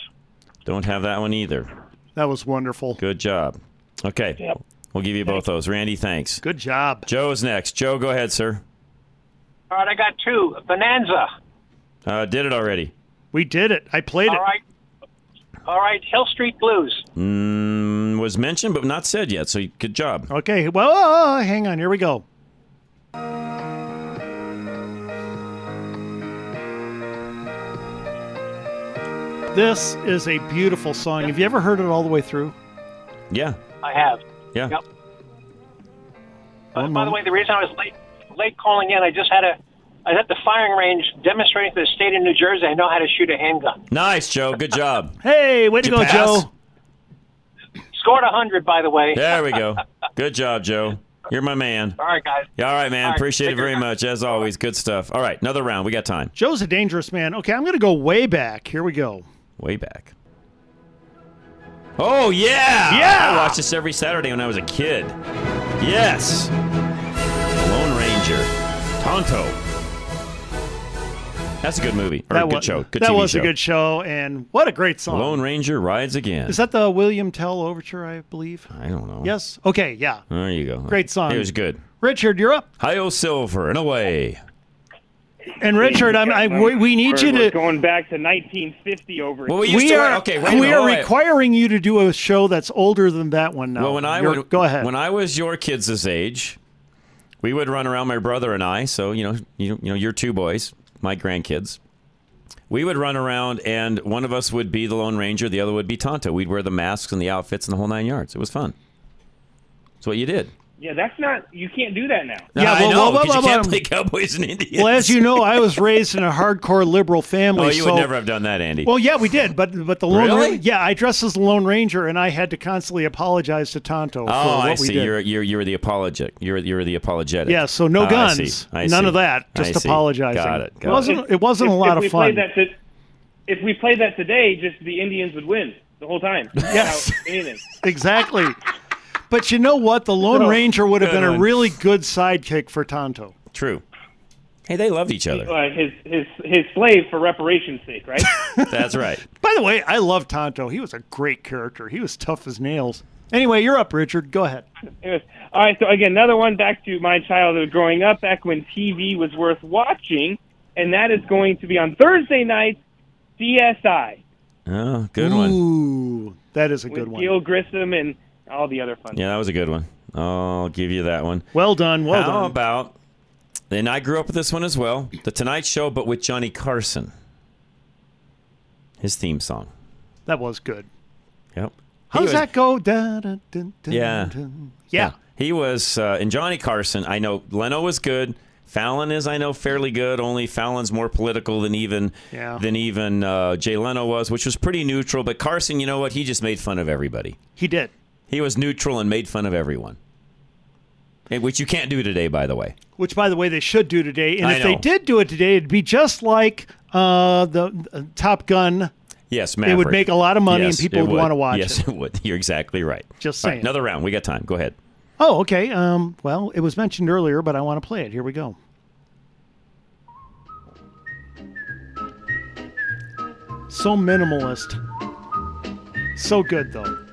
Speaker 2: Don't have that one either.
Speaker 3: That was wonderful.
Speaker 2: Good job. Okay.
Speaker 16: Yep.
Speaker 2: We'll give you both those. Randy, thanks.
Speaker 3: Good job.
Speaker 2: Joe's next. Joe, go ahead, sir.
Speaker 17: All right, I got two. Bonanza.
Speaker 2: Uh, did it already.
Speaker 3: We did it. I played
Speaker 17: All right. All right, Hill Street Blues.
Speaker 2: Mm, was mentioned but not said yet. So good job.
Speaker 3: Okay. Well, uh, hang on. Here we go. This is a beautiful song. Have you ever heard it all the way through?
Speaker 2: Yeah.
Speaker 17: I have.
Speaker 2: Yeah.
Speaker 17: Yep. By the way, the reason I was late late calling in, I just had a I was at the firing range demonstrating to the state of New Jersey I know how to shoot a handgun.
Speaker 2: Nice, Joe. Good job.
Speaker 3: Hey, way
Speaker 2: to Did you go, pass? Joe.
Speaker 17: Scored a hundred, by the way.
Speaker 2: There we go. Good job, Joe. You're my man.
Speaker 17: All right, guys.
Speaker 2: Yeah, all right, man.
Speaker 3: All right,
Speaker 2: Appreciate it
Speaker 3: take care.
Speaker 2: very much. As always, good stuff. All right, another round. We got time.
Speaker 3: Joe's a dangerous man. Okay, I'm going to go way back. Here we go.
Speaker 2: Way back. Oh, yeah. Yeah. I watched this every Saturday when I was a kid. Yes. Lone Ranger. Tonto. That's a good movie. Or
Speaker 3: that
Speaker 2: a good
Speaker 3: was,
Speaker 2: show. Good
Speaker 3: that
Speaker 2: TV
Speaker 3: was
Speaker 2: show.
Speaker 3: a good show, and what a great song.
Speaker 2: Lone Ranger rides again.
Speaker 3: Is that the William Tell overture, I believe?
Speaker 2: I don't know.
Speaker 3: Yes. Okay, yeah.
Speaker 2: There you go.
Speaker 3: Great song.
Speaker 2: It was good.
Speaker 3: Richard, you're up.
Speaker 2: Hi-O Silver and away.
Speaker 3: And Richard, I'm, I, we, we need you
Speaker 4: We're- we're
Speaker 3: to.
Speaker 4: going back to 1950 over.
Speaker 2: Well, we
Speaker 4: again.
Speaker 2: used to
Speaker 3: are,
Speaker 2: okay, wait a
Speaker 3: we
Speaker 2: minute,
Speaker 3: are
Speaker 2: wait.
Speaker 3: requiring you to do a show that's older than that one now.
Speaker 2: Well, when I
Speaker 3: You're-
Speaker 2: would,
Speaker 3: go ahead.
Speaker 2: When I was your kids' this age, we would run around my brother and I. So you know, you, you know, your two boys, my grandkids. We would run around, and one of us would be the Lone Ranger, the other would be Tonto. We'd wear the masks and the outfits and the whole nine yards. It was fun. That's what you did.
Speaker 4: Yeah, that's not. You can't do that now.
Speaker 3: Yeah,
Speaker 2: I
Speaker 3: well,
Speaker 2: know,
Speaker 3: well, well,
Speaker 2: 'cause you
Speaker 3: well,
Speaker 2: can't
Speaker 3: well, um,
Speaker 2: play Cowboys and Indians.
Speaker 3: well, as you know, I was raised in a hardcore liberal family.
Speaker 2: oh, you
Speaker 3: so-
Speaker 2: would never have done that, Andy.
Speaker 3: Well, yeah, we did, but but the Lone
Speaker 2: Really?
Speaker 3: Ra- yeah, I dressed as the Lone Ranger, and I had to constantly apologize to Tonto for
Speaker 2: Oh,
Speaker 3: what
Speaker 2: I
Speaker 3: we
Speaker 2: see.
Speaker 3: did.
Speaker 2: You're you're you're the apologetic. You're you're the apologetic.
Speaker 3: Yeah, so no
Speaker 2: Oh, I see.
Speaker 3: guns.
Speaker 2: I
Speaker 3: None
Speaker 2: see.
Speaker 3: of that.
Speaker 2: I
Speaker 3: Just
Speaker 2: see.
Speaker 3: apologizing.
Speaker 2: Got it. Got
Speaker 3: It wasn't-
Speaker 2: it.
Speaker 3: it wasn't a
Speaker 4: If-
Speaker 3: lot
Speaker 4: if
Speaker 3: of
Speaker 4: we
Speaker 3: fun.
Speaker 4: played That to, if we played that today, just the Indians would win the whole time. Yes. Anything.
Speaker 3: exactly. But you know what? The Lone
Speaker 4: No.
Speaker 3: Ranger would have
Speaker 4: Good
Speaker 3: been a
Speaker 4: one.
Speaker 3: really good sidekick for Tonto.
Speaker 2: True. Hey, they loved each other.
Speaker 4: Uh, his his his slave for reparations' sake, right?
Speaker 2: That's right.
Speaker 3: By the way, I love Tonto. He was a great character. He was tough as nails. Anyway, you're up, Richard. Go ahead.
Speaker 4: Anyways, all right. So again, another one back to my childhood growing up, back when TV was worth watching, and that is going to be on Thursday night, CSI
Speaker 2: Oh, good
Speaker 3: Ooh,
Speaker 2: one.
Speaker 3: that is a
Speaker 4: with
Speaker 3: good one.
Speaker 4: Gil Grissom and all the other fun.
Speaker 2: Yeah, that was a good one. I'll give you that one.
Speaker 3: Well done. Well
Speaker 2: How
Speaker 3: done.
Speaker 2: about? And I grew up with this one as well. The Tonight Show, but with Johnny Carson. His theme song.
Speaker 3: That was good.
Speaker 2: Yep.
Speaker 3: How
Speaker 2: He
Speaker 3: does
Speaker 2: was-
Speaker 3: that go? Da, da, dun, dun,
Speaker 2: Yeah.
Speaker 3: dun. Yeah.
Speaker 2: He was, uh, and Johnny Carson, I know Leno was good. Fallon is, I know, fairly good. Only Fallon's more political than even
Speaker 3: Yeah.
Speaker 2: than even uh, Jay Leno was, which was pretty neutral. But Carson, you know what? He just made fun of everybody.
Speaker 3: He did.
Speaker 2: He was neutral and made fun of everyone, Eh, which you can't do today, by the way.
Speaker 3: Which, by the way, they should do today. And
Speaker 2: I
Speaker 3: if they
Speaker 2: know.
Speaker 3: did do it today, it'd be just like uh, the uh, Top Gun.
Speaker 2: Yes,
Speaker 3: It
Speaker 2: Maverick.
Speaker 3: would make a lot of money and
Speaker 2: Yes,
Speaker 3: people
Speaker 2: it
Speaker 3: would wanna watch
Speaker 2: Yes, it. would. You're exactly right.
Speaker 3: Just
Speaker 2: All right,
Speaker 3: saying.
Speaker 2: another round. We got time. Go ahead.
Speaker 3: Oh, okay. Um, well, it was mentioned earlier, but I want to play it. Here we go. So minimalist. So good, though.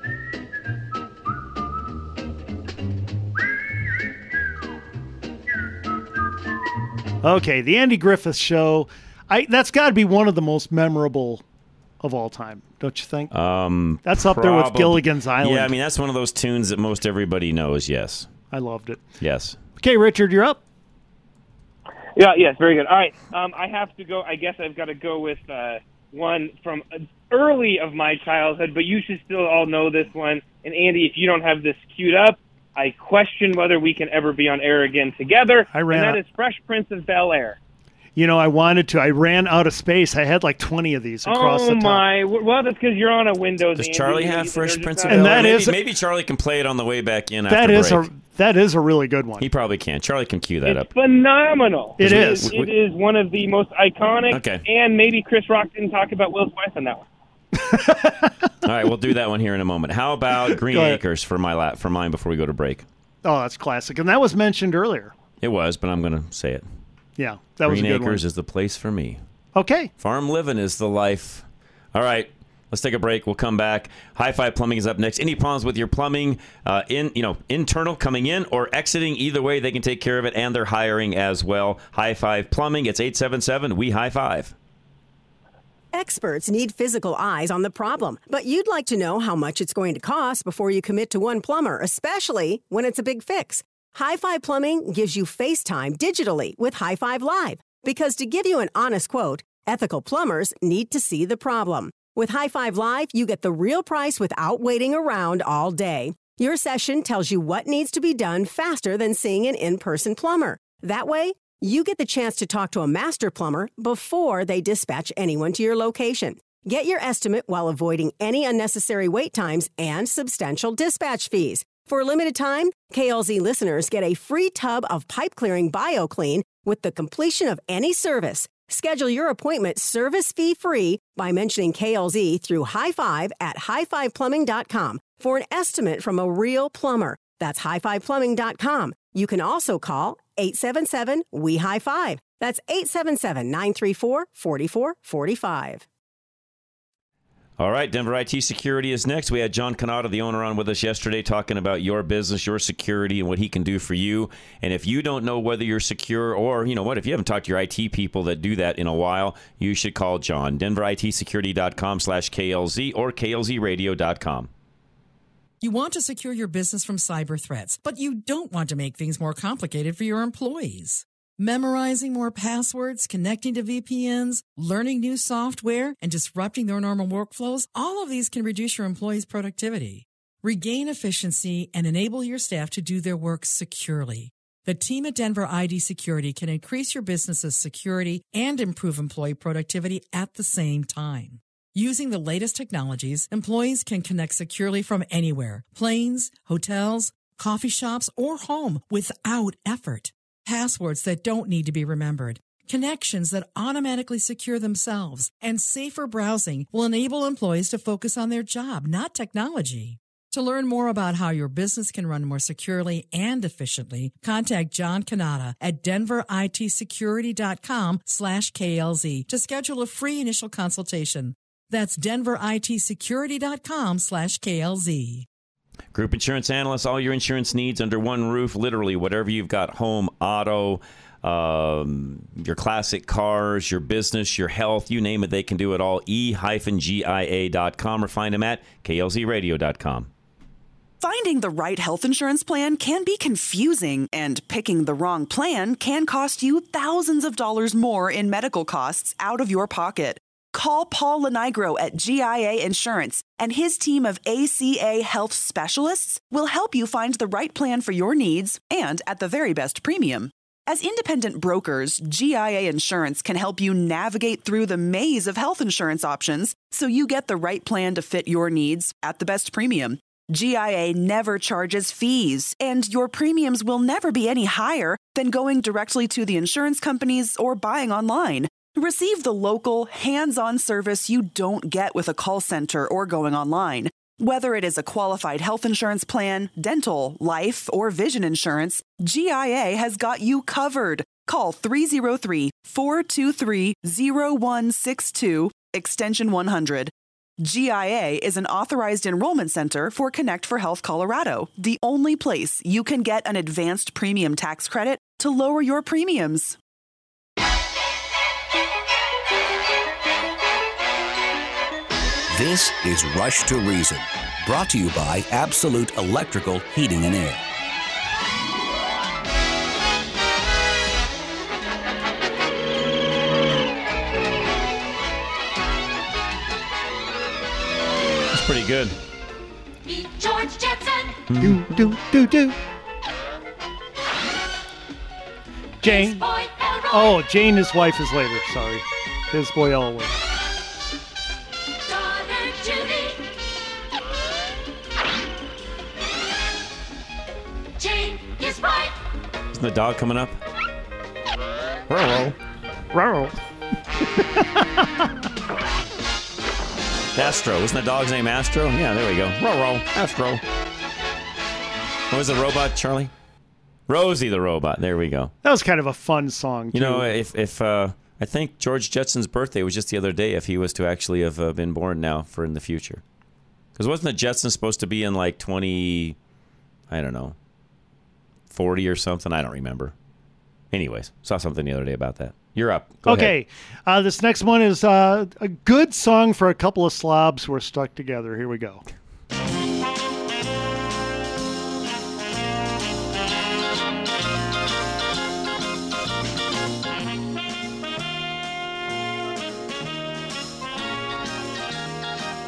Speaker 3: Okay, the Andy Griffith Show. I that's got to be one of the most memorable of all time, don't you think?
Speaker 2: Um,
Speaker 3: That's up there with
Speaker 2: probab-
Speaker 3: Gilligan's Island.
Speaker 2: Yeah, I mean that's one of those tunes that most everybody knows. Yes,
Speaker 3: I loved it.
Speaker 2: yes.
Speaker 3: Okay, Richard, you're up.
Speaker 4: Yeah, yes, very good. All right, um, I have to go. I guess I've got to go with uh, one from early of my childhood, but you should still all know this one. And Andy, if you don't have this queued up, I question whether we can ever be on air again together.
Speaker 3: I ran
Speaker 4: and
Speaker 3: out-
Speaker 4: that is Fresh Prince of Bel Air.
Speaker 3: You know, I wanted to. I ran out of space. I had like 20 of these across
Speaker 4: oh
Speaker 3: the top.
Speaker 4: my! Well, that's because you're on a Windows.
Speaker 2: Does
Speaker 4: Andy.
Speaker 2: Charlie
Speaker 4: You-
Speaker 2: have
Speaker 4: they're
Speaker 2: Fresh
Speaker 4: just
Speaker 2: Prince
Speaker 4: not-
Speaker 2: of Bel Air? Maybe, maybe Charlie can play it on the way back in.
Speaker 3: That
Speaker 2: after
Speaker 3: is
Speaker 2: break.
Speaker 3: a that is a really good one.
Speaker 2: He probably can. Charlie can cue that up.
Speaker 4: phenomenal.
Speaker 2: It is.
Speaker 4: It is one of the most iconic.
Speaker 2: Okay.
Speaker 4: And maybe Chris Rock didn't talk about Will Smith on that one.
Speaker 2: All right, we'll do that one here in a moment. How about Green
Speaker 3: Go ahead.
Speaker 2: Acres for my lap for mine before we go to break?
Speaker 3: Oh, that's classic, and that was mentioned earlier.
Speaker 2: It was, but I'm going to say it.
Speaker 3: Yeah, that was
Speaker 2: Green
Speaker 3: a good
Speaker 2: Acres is the place for me.
Speaker 3: one. Okay,
Speaker 2: Farm living is the life. All right, let's take a break. We'll come back. Hi Fi Plumbing is up next. Any problems with your plumbing, uh, in you know, internal coming in or exiting, either way, they can take care of it, and they're hiring as well. High Five Plumbing. It's eight seven seven. We high five.
Speaker 18: Experts need physical eyes on the problem, but you'd like to know how much it's going to cost before you commit to one plumber, especially when it's a big fix. Hi Fi Plumbing gives you FaceTime digitally with Hi Five Live because to give you an honest quote, ethical plumbers need to see the problem. With Hi Five Live, you get the real price without waiting around all day. Your session tells you what needs to be done faster than seeing an in person plumber. That way, you get the chance to talk to a master plumber before they dispatch anyone to your location. Get your estimate while avoiding any unnecessary wait times and substantial dispatch fees. For a limited time, KLZ listeners get a free tub of pipe clearing BioClean with the completion of any service. Schedule your appointment service fee free by mentioning KLZ through high five at highfiveplumbing.com for an estimate from a real plumber. That's highfiveplumbing.com. You can also call 877 We High Five. That's 877 934 4445.
Speaker 2: All right, Denver IT Security is next. We had John Canada, the owner, on with us yesterday talking about your business, your security, and what he can do for you. And if you don't know whether you're secure or, you know what, if you haven't talked to your IT people that do that in a while, you should call John. DenverITSecurity.com slash KLZ or KLZradio.com.
Speaker 7: You want to secure your business from cyber threats, but you don't want to make things more complicated for your employees. Memorizing more passwords, connecting to VPNs, learning new software, and disrupting their normal workflows, all of these can reduce your employees' productivity. Regain efficiency and enable your staff to do their work securely. The team at Denver ID Security can increase your business's security and improve employee productivity at the same time. Using the latest technologies, employees can connect securely from anywhere planes, hotels, coffee shops, or home without effort. Passwords that don't need to be remembered, connections that automatically secure themselves, and safer browsing will enable employees to focus on their job, not technology. To learn more about how your business can run more securely and efficiently, contact John Canada at denveritsecurity.com slash KLZ to schedule a free initial consultation. That's denveritsecurity.com slash KLZ.
Speaker 2: Group insurance analyst, all your insurance needs under one roof, literally whatever you've got home, auto, um, your classic cars, your business, your health, you name it, they can do it all. E-GIA.com or find them at KLZradio.com.
Speaker 19: Finding the right health insurance plan can be confusing, and picking the wrong plan can cost you thousands of dollars more in medical costs out of your pocket. Call Paul Lenigro at GIA Insurance, and his team of ACA health specialists will help you find the right plan for your needs and at the very best premium. As independent brokers, GIA Insurance can help you navigate through the maze of health insurance options so you get the right plan to fit your needs at the best premium. GIA never charges fees, and your premiums will never be any higher than going directly to the insurance companies or buying online. Receive the local, hands on service you don't get with a call center or going online. Whether it is a qualified health insurance plan, dental, life, or vision insurance, GIA has got you covered. Call 303 423 0162, extension 100. GIA is an authorized enrollment center for Connect for Health Colorado, the only place you can get an advanced premium tax credit to lower your premiums.
Speaker 20: This is Rush to Reason, brought to you by Absolute Electrical Heating and Air.
Speaker 2: That's pretty good.
Speaker 5: Meet George Jetson.
Speaker 2: Hmm.
Speaker 3: Do, do, do, do. Jane. Oh, Jane, his wife is later. Sorry. His boy Elwood.
Speaker 5: Don and Judy. Jane is right.
Speaker 2: Isn't the dog coming up? Ruh-roh. Astro. Isn't the dog's name Astro? Yeah, there we go. Ruh-roh. Astro. What was the robot, Charlie? Rosie the robot. There we go.
Speaker 3: That was kind of a fun song.
Speaker 2: You
Speaker 3: too.
Speaker 2: know, if if uh, I think George Jetson's birthday was just the other day, if he was to actually have uh, been born now for in the future, because wasn't the Jetsons supposed to be in like twenty, I don't know, forty or something? I don't remember. Anyways, saw something the other day about that. You're up. Go ahead.
Speaker 3: okay, uh, this next one is uh, a good song for a couple of slobs who are stuck together. Here we go.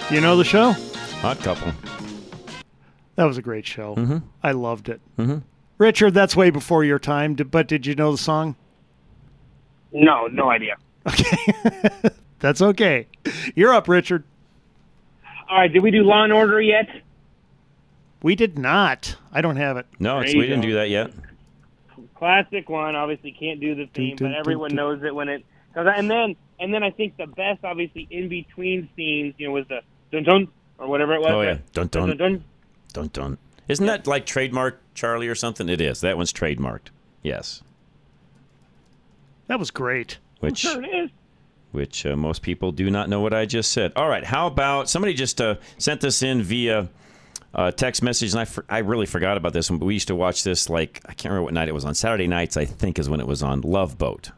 Speaker 3: Do you know the show?
Speaker 2: Odd Couple.
Speaker 3: That was a great show.
Speaker 2: Mhm.
Speaker 3: I loved it.
Speaker 2: Mhm.
Speaker 3: Richard, that's way before your time, d- but did you know the song?
Speaker 17: No, no idea.
Speaker 3: That's okay. You're up, Richard.
Speaker 17: All right, did we do Law and Order yet?
Speaker 3: We did not. I don't have it.
Speaker 2: No, it's,
Speaker 17: There you
Speaker 2: we didn't
Speaker 17: go.
Speaker 2: do that yet.
Speaker 17: Classic one. Obviously, can't do the theme,
Speaker 3: dun,
Speaker 17: but everyone
Speaker 3: dun,
Speaker 17: knows it when it. Cause I, and then, and then I think the best, obviously, in between scenes, you know, was the dun dun or whatever it was.
Speaker 2: Oh yeah,
Speaker 17: right?
Speaker 2: dun
Speaker 17: dun
Speaker 2: dun
Speaker 17: dun.
Speaker 2: dun dun. Isn't that like trademarked, Charlie, or something? It is. That one's trademarked. Yes,
Speaker 3: That was great.
Speaker 2: which
Speaker 17: Sure it is.
Speaker 2: which uh, most people do not know what I just said. All right, how about somebody just uh, sent this in via uh, text message, and I, for, I really forgot about this one, but we used to watch this like, I can't remember what night it was on. Saturday nights, I think, is when it was on Love Boat.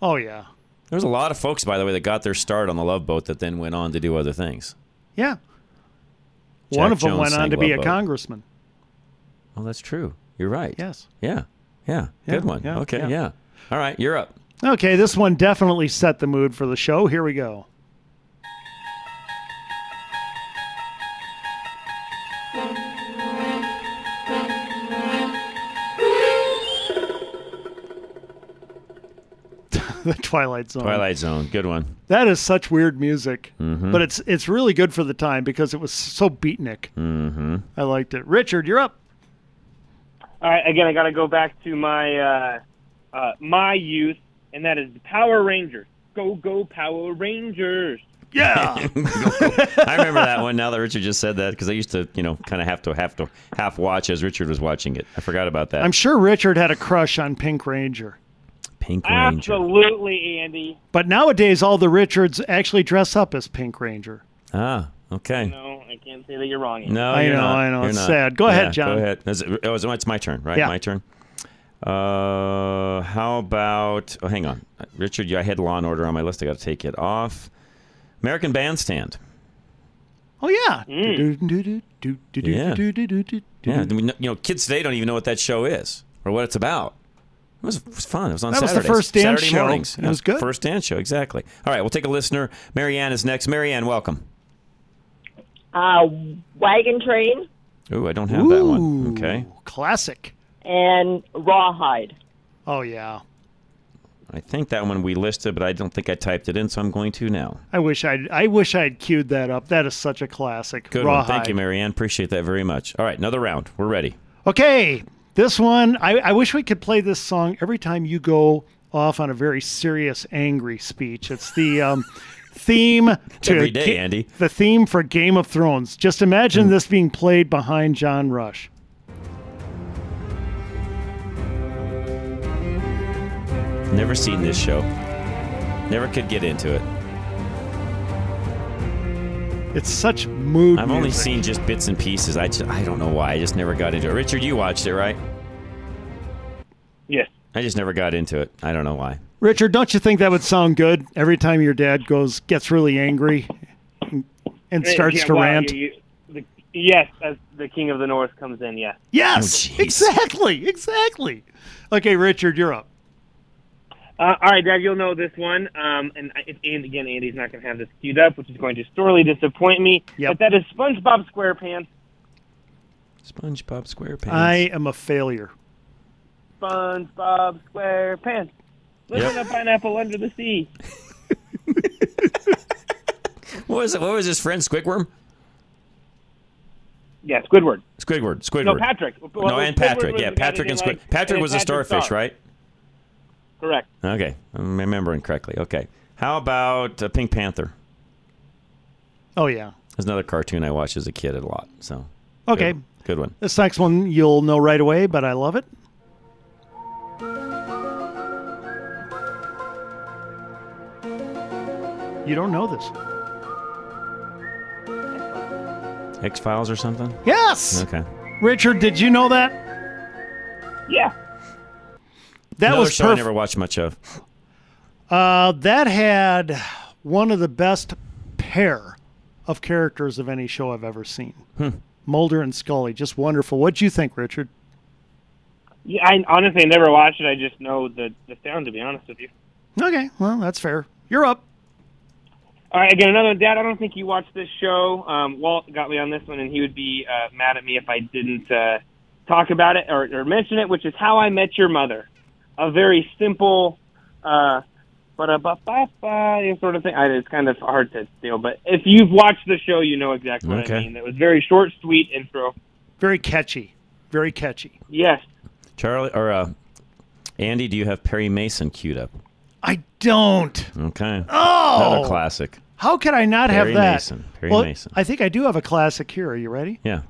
Speaker 3: Oh yeah,
Speaker 2: There was a lot of folks, by the way, that got their start on the Love Boat that then went on to do other things.
Speaker 3: yeah.
Speaker 2: Jack
Speaker 3: One of them
Speaker 2: Jones
Speaker 3: went on
Speaker 2: sang
Speaker 3: to be
Speaker 2: Love
Speaker 3: a
Speaker 2: Boat.
Speaker 3: congressman.
Speaker 2: Well, that's true. You're right.
Speaker 3: Yes.
Speaker 2: Yeah. Yeah.
Speaker 3: Yeah,
Speaker 2: Good one.
Speaker 3: yeah,
Speaker 2: okay.
Speaker 3: yeah.
Speaker 2: yeah. All right, you're up.
Speaker 3: Okay, this one definitely set the mood for the show. Here we go. the Twilight Zone.
Speaker 2: Twilight Zone. Good one.
Speaker 3: That is such weird music,
Speaker 2: Mhm.
Speaker 3: but it's it's really good for the time because it was so beatnik.
Speaker 2: Mm-hmm.
Speaker 3: I liked it. Richard, you're up.
Speaker 17: All right, again, I got to go back to my uh, uh, my youth, and that is the Power Rangers. Go go Power Rangers!
Speaker 3: Yeah.
Speaker 2: I remember that one now that Richard just said that because I used to, you know, kind of have to have to half watch as Richard was watching it. I forgot about that.
Speaker 3: I'm sure Richard had a crush on Pink Ranger.
Speaker 2: Pink
Speaker 3: Ah.
Speaker 2: Ranger.
Speaker 17: Absolutely, Andy.
Speaker 3: But nowadays, all the Richards actually dress up as Pink Ranger.
Speaker 2: Ah, okay.
Speaker 17: No, I can't say that you're wrong. Andy.
Speaker 2: No,
Speaker 3: I
Speaker 2: you're
Speaker 3: know,
Speaker 2: not.
Speaker 3: I know.
Speaker 2: You're
Speaker 3: It's
Speaker 2: not.
Speaker 3: sad. Go
Speaker 2: Yeah,
Speaker 3: ahead, John.
Speaker 2: Go ahead. Is it- oh, it's- it's my turn, right?
Speaker 3: Yeah.
Speaker 2: My turn. Uh, how about? Oh, hang on, Richard. yeah, I had Law and Order on my list. I got to take it off. American Bandstand.
Speaker 3: Oh yeah.
Speaker 2: Yeah. Yeah.
Speaker 3: Yeah.
Speaker 2: we kn- You know, kids today don't even know what that show is or what it's about. It was, it was fun. It was on
Speaker 3: That was the
Speaker 2: Saturdays,
Speaker 3: first dance
Speaker 2: Saturday
Speaker 3: show.
Speaker 2: mornings.
Speaker 3: It
Speaker 2: Yeah,
Speaker 3: was good.
Speaker 2: First dance show, exactly. All right, we'll take a listener. Marianne is next. Marianne, welcome.
Speaker 21: uh, wagon train
Speaker 2: Ooh, I don't have that one. Okay.
Speaker 3: Classic.
Speaker 21: and rawhide.
Speaker 3: Oh yeah.
Speaker 2: I think that one we listed, but I don't think I typed it in, so I'm going to now.
Speaker 3: I wish I I wish I had queued that up. That is such a classic.
Speaker 2: Good one.
Speaker 3: Rawhide.
Speaker 2: Thank you, Marianne. Appreciate that very much. All right, another round. We're ready.
Speaker 3: Okay, this one I, I wish we could play this song every time you go off on a very serious, angry speech. It's the um, theme to
Speaker 2: every day,
Speaker 3: Ga-
Speaker 2: Andy. Mm.
Speaker 3: The theme for Game of Thrones. Just imagine this being played behind John Rush.
Speaker 2: Never seen this show. Never could get into it.
Speaker 3: It's such mood.
Speaker 2: I've only
Speaker 3: music.
Speaker 2: seen just bits and pieces. I just, I don't know why. I just never got into it. Richard, you watched it, right?
Speaker 17: Yes.
Speaker 2: I just never got into it. I don't know why.
Speaker 3: Richard, don't you think that would sound good every time your dad goes gets really angry and- and
Speaker 17: Yeah,
Speaker 3: starts to
Speaker 17: wow,
Speaker 3: rant?
Speaker 17: you- you- the- yes, as the King of the North comes in. Yeah.
Speaker 2: Oh,
Speaker 3: Yes, exactly, exactly. Okay, Richard, you're up.
Speaker 4: Uh, all right, Dad, you'll know this one. Um, and, I- and again, Andy's not going to have this queued up, which is going to sorely disappoint me. But that is SpongeBob SquarePants.
Speaker 2: SpongeBob SquarePants.
Speaker 3: I am a failure.
Speaker 4: SpongeBob SquarePants. Living a pineapple under the sea.
Speaker 2: What was it? What was his friend Squidworm?
Speaker 4: Yeah, Squidward.
Speaker 2: Squidward. Squidward.
Speaker 4: No, Patrick. Well,
Speaker 2: no, and
Speaker 4: Squidward
Speaker 2: Patrick.
Speaker 4: was
Speaker 2: Yeah,
Speaker 4: the guy that
Speaker 2: Patrick
Speaker 4: they
Speaker 2: and Squid.
Speaker 4: liked,
Speaker 2: Patrick
Speaker 4: and
Speaker 2: was a
Speaker 4: Patrick
Speaker 2: starfish,
Speaker 4: Star.
Speaker 2: right?
Speaker 4: Correct.
Speaker 2: Okay, I'm remembering correctly. Okay, how about uh, Pink Panther?
Speaker 3: Oh yeah.
Speaker 2: That's another cartoon I watched as a kid a lot. So
Speaker 3: Okay.
Speaker 2: good, good one.
Speaker 3: This next one you'll know right away, but I love it. You don't know this.
Speaker 2: X Files or something?
Speaker 3: Yes.
Speaker 2: Okay.
Speaker 3: Richard, did you know that?
Speaker 4: Yeah.
Speaker 3: That
Speaker 2: Another
Speaker 3: was
Speaker 2: show I
Speaker 3: perfect.
Speaker 2: never watched much of.
Speaker 3: Uh, that had one of the best pair of characters of any show I've ever seen.
Speaker 2: Hmm.
Speaker 3: Mulder and Scully, just wonderful. What do you think, Richard?
Speaker 4: Yeah, I honestly I never watched it. I just know the, the sound, to be honest with you.
Speaker 3: Okay, well that's fair. You're up.
Speaker 4: All right, again, another dad. I don't think you watched this show. Um, Walt got me on this one, and he would be uh, mad at me if I didn't uh, talk about it or, or mention it, which is How I Met Your Mother. A very simple, uh, but a ba ba ba sort of thing. I, it's kind of hard to deal, but if you've watched the show, you know exactly what
Speaker 3: Okay.
Speaker 4: I mean. It was very short, sweet intro.
Speaker 3: Very catchy. Very catchy.
Speaker 4: Yes.
Speaker 2: Charlie or uh, Andy, do you have Perry Mason queued up?
Speaker 3: I don't.
Speaker 2: Okay.
Speaker 3: Oh!
Speaker 2: another classic.
Speaker 3: How could I not
Speaker 2: Perry
Speaker 3: have that?
Speaker 2: Mason. Perry
Speaker 3: well,
Speaker 2: Mason.
Speaker 3: I think I do have a classic here. Are you ready?
Speaker 2: Yeah.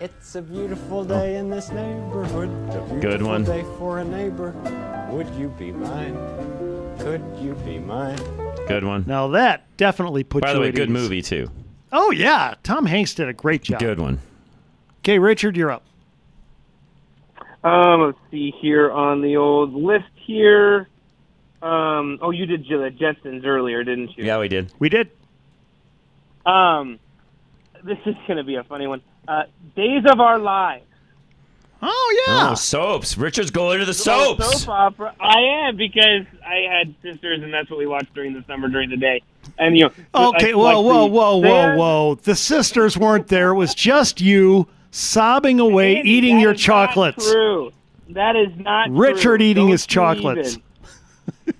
Speaker 22: It's a beautiful day in this neighborhood. A beautiful
Speaker 2: Good one.
Speaker 22: day for a neighbor. Would you be mine? Could you be mine?
Speaker 2: Good one.
Speaker 3: Now that definitely puts
Speaker 2: By
Speaker 3: you
Speaker 2: the way,
Speaker 3: at
Speaker 2: good
Speaker 3: ease.
Speaker 2: movie too.
Speaker 3: Oh yeah, Tom Hanks did a great job.
Speaker 2: Good one.
Speaker 3: Okay, Richard, you're up.
Speaker 4: Um, let's see here on the old list here. Um, oh, you did the Jetsons earlier, didn't you?
Speaker 2: Yeah, we did.
Speaker 3: We did.
Speaker 4: Um, this is going to be a funny one. Uh, Days of Our Lives.
Speaker 3: Oh yeah.
Speaker 2: Oh, soaps. Richard's going to the
Speaker 4: Little
Speaker 2: soaps.
Speaker 4: Soap opera. I am because I had sisters, and that's what we watched during the summer during the day. And you know.
Speaker 3: Okay,
Speaker 4: like-
Speaker 3: whoa,
Speaker 4: like
Speaker 3: whoa,
Speaker 4: the-
Speaker 3: whoa, whoa,
Speaker 4: there-
Speaker 3: whoa. The sisters weren't there. It was just you sobbing away,
Speaker 4: Andy,
Speaker 3: eating
Speaker 4: that
Speaker 3: your
Speaker 4: is not
Speaker 3: chocolates.
Speaker 4: True. That is not.
Speaker 3: Richard
Speaker 4: true.
Speaker 3: eating
Speaker 4: Don't
Speaker 3: his
Speaker 4: you
Speaker 3: chocolates.
Speaker 4: even.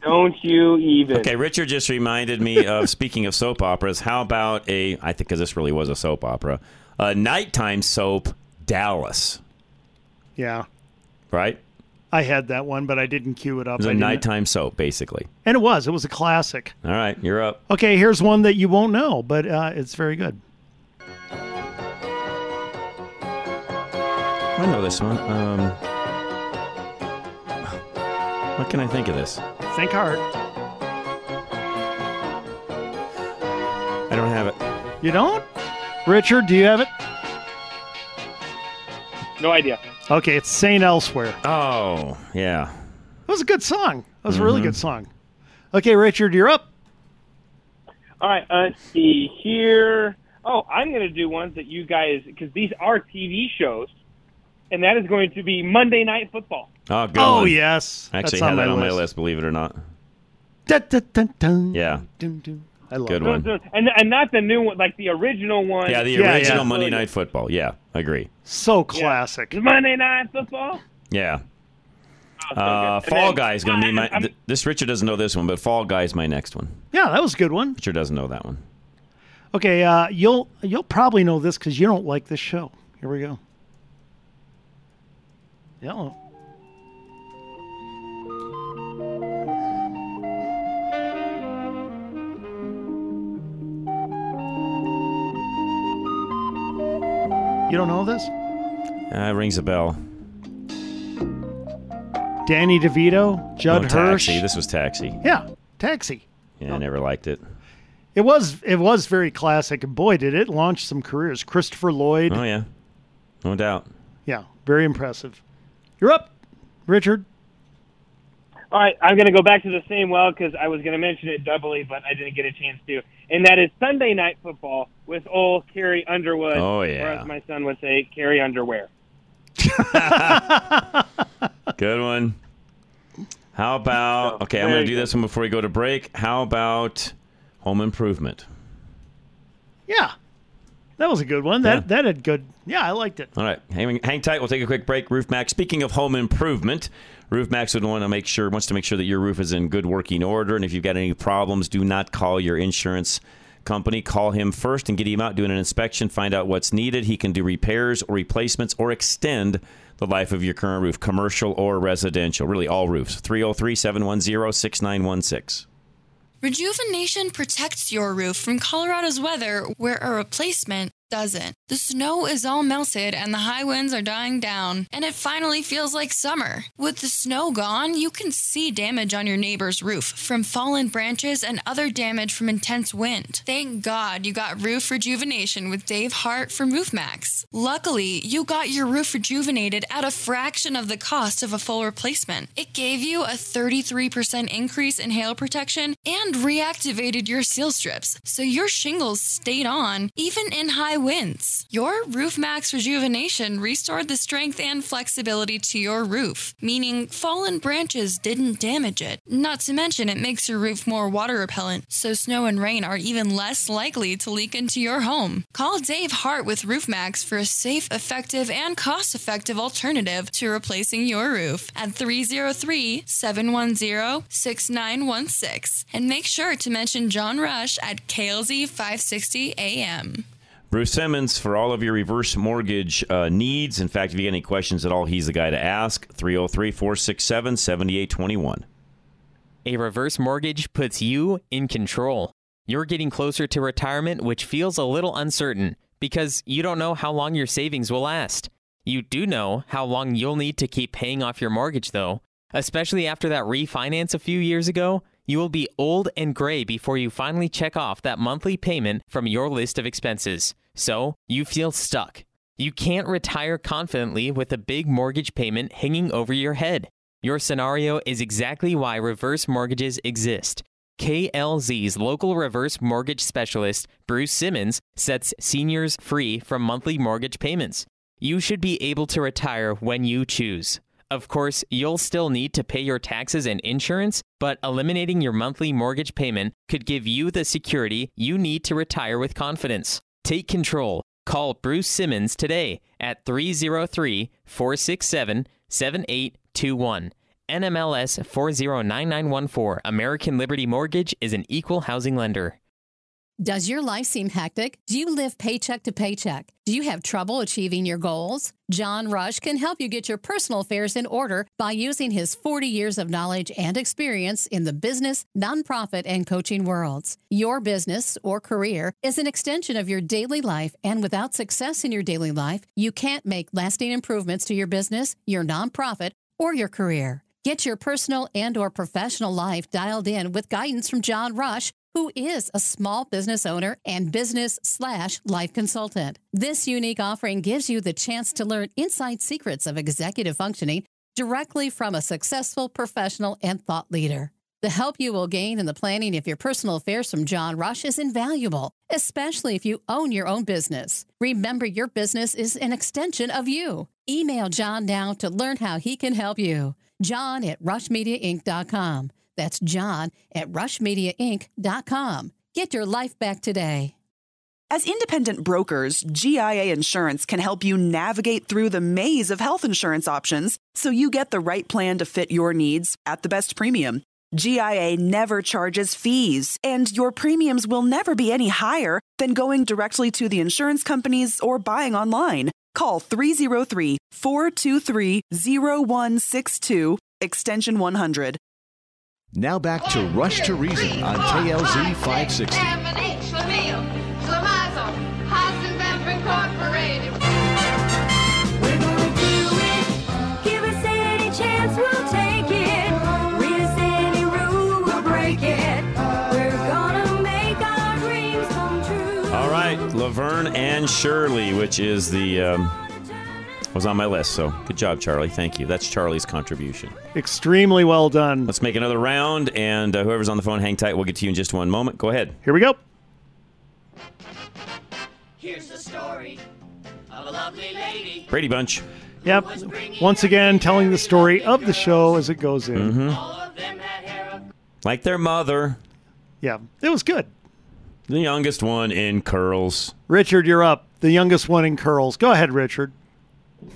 Speaker 4: Don't you even?
Speaker 2: Okay, Richard just reminded me of speaking of soap operas. How about a? I think because this really was a soap opera, a nighttime soap, Dallas.
Speaker 3: Yeah,
Speaker 2: Right?
Speaker 3: I had that one, but I didn't queue
Speaker 2: It
Speaker 3: it up.
Speaker 2: was
Speaker 3: I
Speaker 2: a
Speaker 3: didn't-
Speaker 2: nighttime soap, basically.
Speaker 3: And it was. It was a classic.
Speaker 2: All right, you're up.
Speaker 3: Okay, here's one that you won't know, but uh, it's very good.
Speaker 2: I know this one. Um, what can I think of this?
Speaker 3: Think hard.
Speaker 2: I don't have it.
Speaker 3: You don't? Richard, do you have it?
Speaker 4: No idea.
Speaker 3: Okay, it's Saint Elsewhere.
Speaker 2: Oh, yeah.
Speaker 3: That was a good song. That was a
Speaker 2: Mm-hmm.
Speaker 3: really good song. Okay, Richard, you're up.
Speaker 4: All right, uh, let's see here. Oh, I'm going to do ones that you guys, because these are TV shows, and that is going to be Monday Night Football.
Speaker 2: Oh, good
Speaker 3: Oh,
Speaker 2: one.
Speaker 3: yes.
Speaker 2: I actually
Speaker 3: That's on
Speaker 2: had that
Speaker 3: my
Speaker 2: on my
Speaker 3: list.
Speaker 2: list, believe it or not.
Speaker 3: Dun, dun, dun, dun.
Speaker 2: Yeah.
Speaker 3: I love
Speaker 2: Good
Speaker 3: it.
Speaker 2: one.
Speaker 4: And, and not the new one, like the original one.
Speaker 2: Yeah, the original Monday Night Football. Yeah, agree.
Speaker 3: So classic.
Speaker 4: Monday Night Football.
Speaker 2: Yeah. Uh, Fall
Speaker 4: then-
Speaker 2: Guy is going to be my. th- this Richard doesn't know this one, but Fall Guy is my next one.
Speaker 3: Yeah, that was a good one.
Speaker 2: Richard doesn't know that one.
Speaker 3: Okay, uh, you'll you'll probably know this because you don't like this show. Here we go. Yellow. You don't know this?
Speaker 2: Uh, it rings a bell.
Speaker 3: Danny DeVito, Judd
Speaker 2: No,
Speaker 3: Hirsch. Oh.
Speaker 2: Taxi. This was Taxi.
Speaker 3: Yeah, Taxi.
Speaker 2: Yeah, I never liked it.
Speaker 3: It was it was very classic, and boy, did it launch some careers. Christopher Lloyd.
Speaker 2: Oh yeah, no doubt.
Speaker 3: Yeah, very impressive. You're up, Richard.
Speaker 4: All right, I'm going to go back to the same well because I was going to mention it doubly, but I didn't get a chance to. And that is Sunday Night Football with old Carrie Underwood.
Speaker 2: Oh,
Speaker 4: Or
Speaker 2: yeah.
Speaker 4: as my son would say, Carrie Underwear.
Speaker 2: Good one. How about okay? I'm
Speaker 1: there
Speaker 2: going to
Speaker 1: you
Speaker 2: do
Speaker 1: go.
Speaker 2: this one before we go to break. How about Home Improvement?
Speaker 3: Yeah, that was a good one. That that had good. Yeah, I liked it.
Speaker 2: All right, hang, hang tight. We'll take a quick break. Roof Max. Speaking of home improvement, Roof Max would want to make sure wants to make sure that your roof is in good working order. And if you've got any problems, do not call your insurance company. Call him first and get him out doing an inspection. Find out what's needed. He can do repairs or replacements or extend the life of your current roof, commercial or residential. Really, all roofs. 303 710 6916.
Speaker 23: Rejuvenation protects your roof from Colorado's weather where a replacement doesn't. The snow is all melted and the high winds are dying down, and it finally feels like summer. With the snow gone, you can see damage on your neighbor's roof from fallen branches and other damage from intense wind. Thank God you got roof rejuvenation with Dave Hart from RoofMax. Luckily, you got your roof rejuvenated at a fraction of the cost of a full replacement. It gave you a 33% increase in hail protection and reactivated your seal strips, so your shingles stayed on even in high winds. Your RoofMax rejuvenation restored the strength and flexibility to your roof, meaning fallen branches didn't damage it. Not to mention, it makes your roof more water repellent, so snow and rain are even less likely to leak into your home. Call Dave Hart with RoofMax for a safe, effective, and cost effective alternative to replacing your roof at 303 710 6916. And make sure to mention John Rush at KLZ 560 AM.
Speaker 2: Bruce Simmons for all of your reverse mortgage uh, needs. In fact, if you have any questions at all, he's the guy to ask. 303 467 7821.
Speaker 24: A reverse mortgage puts you in control. You're getting closer to retirement, which feels a little uncertain because you don't know how long your savings will last. You do know how long you'll need to keep paying off your mortgage, though. Especially after that refinance a few years ago, you will be old and gray before you finally check off that monthly payment from your list of expenses. So you feel stuck. You can't retire confidently with a big mortgage payment hanging over your head. Your scenario is exactly why reverse mortgages exist. KLZ's local reverse mortgage specialist, Bruce Simmons, sets seniors free from monthly mortgage payments. You should be able to retire when you choose. Of course, you'll still need to pay your taxes and insurance, but eliminating your monthly mortgage payment could give you the security you need to retire with confidence. Take control. Call Bruce Simmons today at 303 467 7821. NMLS 409914. American Liberty Mortgage is an equal housing lender.
Speaker 25: Does your life seem hectic? Do you live paycheck to paycheck? Do you have trouble achieving your goals? John Rush can help you get your personal affairs in order by using his 40 years of knowledge and experience in the business, nonprofit, and coaching worlds. Your business or career is an extension of your daily life, and without success in your daily life, you can't make lasting improvements to your business, your nonprofit, or your career. Get your personal and or professional life dialed in with guidance from John Rush, who is a small business owner and business slash life consultant. This unique offering gives you the chance to learn inside secrets of executive functioning directly from a successful professional and thought leader. The help you will gain in the planning of your personal affairs from John Rush is invaluable, especially if you own your own business. Remember, your business is an extension of you. Email John now to learn how he can help you. John at rushmediainc.com. That's John at rushmediainc.com. Get your life back today.
Speaker 19: As independent brokers, GIA Insurance can help you navigate through the maze of health insurance options so you get the right plan to fit your needs at the best premium. GIA never charges fees, and your premiums will never be any higher than going directly to the insurance companies or buying online. Call 303 423 0162, extension 100.
Speaker 10: Now back to Rush to Reason on KLZ 560.
Speaker 5: Give us any chance, we'll take it. Read us any rule, we'll break it. We're gonna make our dreams come true.
Speaker 2: All right, Laverne and Shirley, which is the um, was on my list. So good job, Charlie. Thank you. That's Charlie's contribution.
Speaker 3: Extremely well done.
Speaker 2: Let's make another round, and uh, whoever's on the phone, hang tight. We'll get to you in just one moment. Go ahead.
Speaker 3: Here we go.
Speaker 5: Here's the story of a lovely lady.
Speaker 2: Brady Bunch.
Speaker 3: Yep. Once again, telling the story of the show as it goes in.
Speaker 2: Mm-hmm. Like their mother.
Speaker 3: Yeah, it was good.
Speaker 2: The youngest one in curls.
Speaker 3: Richard, you're up. The youngest one in curls. Go ahead, Richard.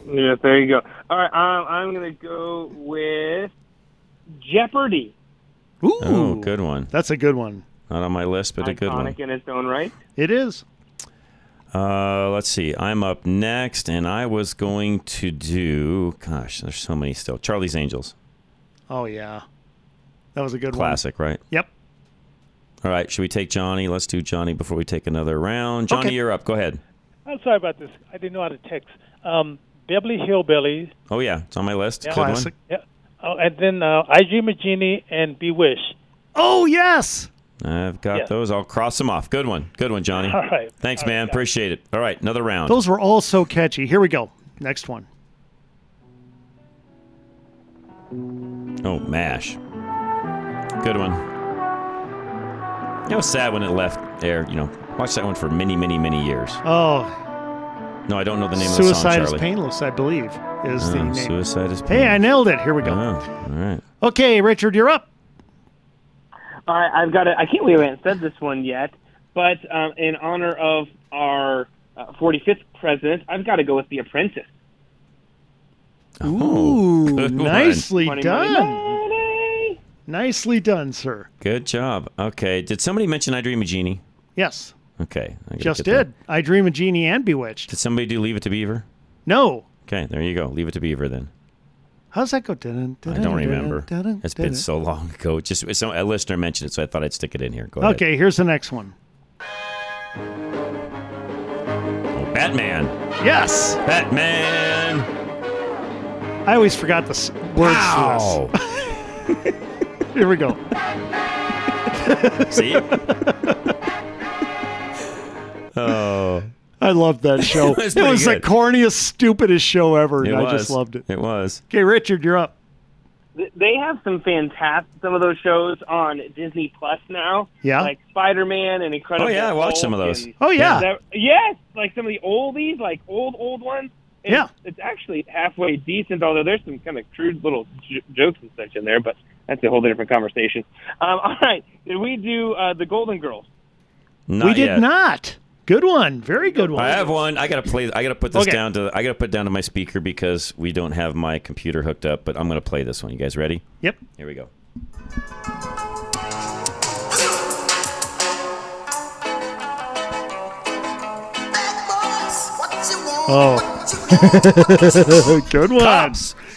Speaker 4: Yeah, there you go. All right, um, I'm going to go with Jeopardy.
Speaker 3: Ooh.
Speaker 2: Oh, good one.
Speaker 3: That's a good one.
Speaker 2: Not on my list, but a good one.
Speaker 4: Iconic in its own right.
Speaker 3: It is.
Speaker 2: Uh, let's see. I'm up next, and I was going to do. Gosh, there's so many still. Charlie's Angels,
Speaker 3: Oh yeah, that was a good
Speaker 2: classic, right?
Speaker 3: Yep.
Speaker 2: All right. Should we take Johnny? Let's do Johnny before we take another round. Johnny,
Speaker 1: Okay.
Speaker 2: you're up. Go ahead.
Speaker 1: I'm sorry about this. I didn't know how to text. Um, Beverly Hillbillies.
Speaker 2: Oh yeah, it's on my list.
Speaker 1: Yeah.
Speaker 2: Good
Speaker 1: Yeah. Oh, and then uh, IG Magini and Bewitched.
Speaker 3: Oh yes.
Speaker 2: one. I've got
Speaker 1: Yeah.
Speaker 2: those. I'll cross them off. Good one. Good one, Johnny.
Speaker 3: All right.
Speaker 2: Thanks, man. Appreciate it. All right, another round.
Speaker 3: one. Those were all so catchy. Here we go. Next one.
Speaker 2: Oh, MASH. Good one. It was sad when it left air, you know. Watched that one for many, many, many years.
Speaker 3: Oh,
Speaker 2: No, I don't know the name of the song,
Speaker 3: suicide
Speaker 2: Charlie.
Speaker 3: is painless. I believe is the
Speaker 2: Oh,
Speaker 3: name.
Speaker 2: Suicide is
Speaker 3: Hey, I nailed it. Here we go.
Speaker 2: Oh, all right.
Speaker 3: Okay, Richard, you're up.
Speaker 4: All right, I've got it. I can't believe I haven't said this one yet, but um, in honor of our uh, 45th president, I've got to go with The Apprentice.
Speaker 3: Ooh,
Speaker 2: Oh, good one.
Speaker 3: nicely
Speaker 2: Money, money,
Speaker 3: done. Nicely done, sir.
Speaker 2: Good job. Okay. Did somebody mention I Dream of Genie?
Speaker 3: Yes,
Speaker 2: Okay. I gotta
Speaker 3: just
Speaker 2: get that.
Speaker 3: did. I dream of Genie and Bewitched.
Speaker 2: Did somebody do Leave It to Beaver?
Speaker 3: No,
Speaker 2: Okay, there you go. Leave It to Beaver then.
Speaker 3: how's that go? Dun, dun,
Speaker 2: I
Speaker 3: dun,
Speaker 2: don't
Speaker 3: dun,
Speaker 2: remember.
Speaker 3: dun, dun,
Speaker 2: It's been
Speaker 3: dun.
Speaker 2: so long ago. Just so a listener mentioned it, so I thought I'd stick it in here. Go ahead.
Speaker 3: Okay, here's the next one.
Speaker 2: Oh, Batman.
Speaker 3: Yes.
Speaker 2: Batman.
Speaker 3: I always forgot the s- words
Speaker 2: Wow.
Speaker 3: to this. Here we go.
Speaker 2: See? Oh.
Speaker 3: I loved that show.
Speaker 2: It was
Speaker 3: it
Speaker 2: pretty
Speaker 3: was
Speaker 2: good.
Speaker 3: the corniest, stupidest show ever,
Speaker 2: It
Speaker 3: and I
Speaker 2: was.
Speaker 3: just loved it.
Speaker 2: It was.
Speaker 3: Okay, Richard, you're up.
Speaker 4: Th- They have some fantastic, some of those shows on Disney Plus now.
Speaker 3: Yeah.
Speaker 4: Like Spider Man and Incredible
Speaker 2: Oh, yeah, I watched
Speaker 4: Hulk
Speaker 2: some of those.
Speaker 4: and-
Speaker 2: Oh, yeah.
Speaker 4: that- yes, like some of the oldies, like old, old ones. It's,
Speaker 3: Yeah.
Speaker 4: It's actually halfway decent, although there's some kind of crude little j- jokes and such in there, but that's a whole different conversation. Um, all right. Did we do uh, The Golden Girls?
Speaker 2: Not
Speaker 3: we did
Speaker 2: yet.
Speaker 3: not. Good one. Very good one.
Speaker 2: I have one. I gotta play. I gotta put this
Speaker 3: Okay.
Speaker 2: down to. I gotta put down to my speaker because we don't have my computer hooked up. But I'm gonna play this one. You guys ready?
Speaker 3: Yep.
Speaker 2: Here we go.
Speaker 3: Oh. good one.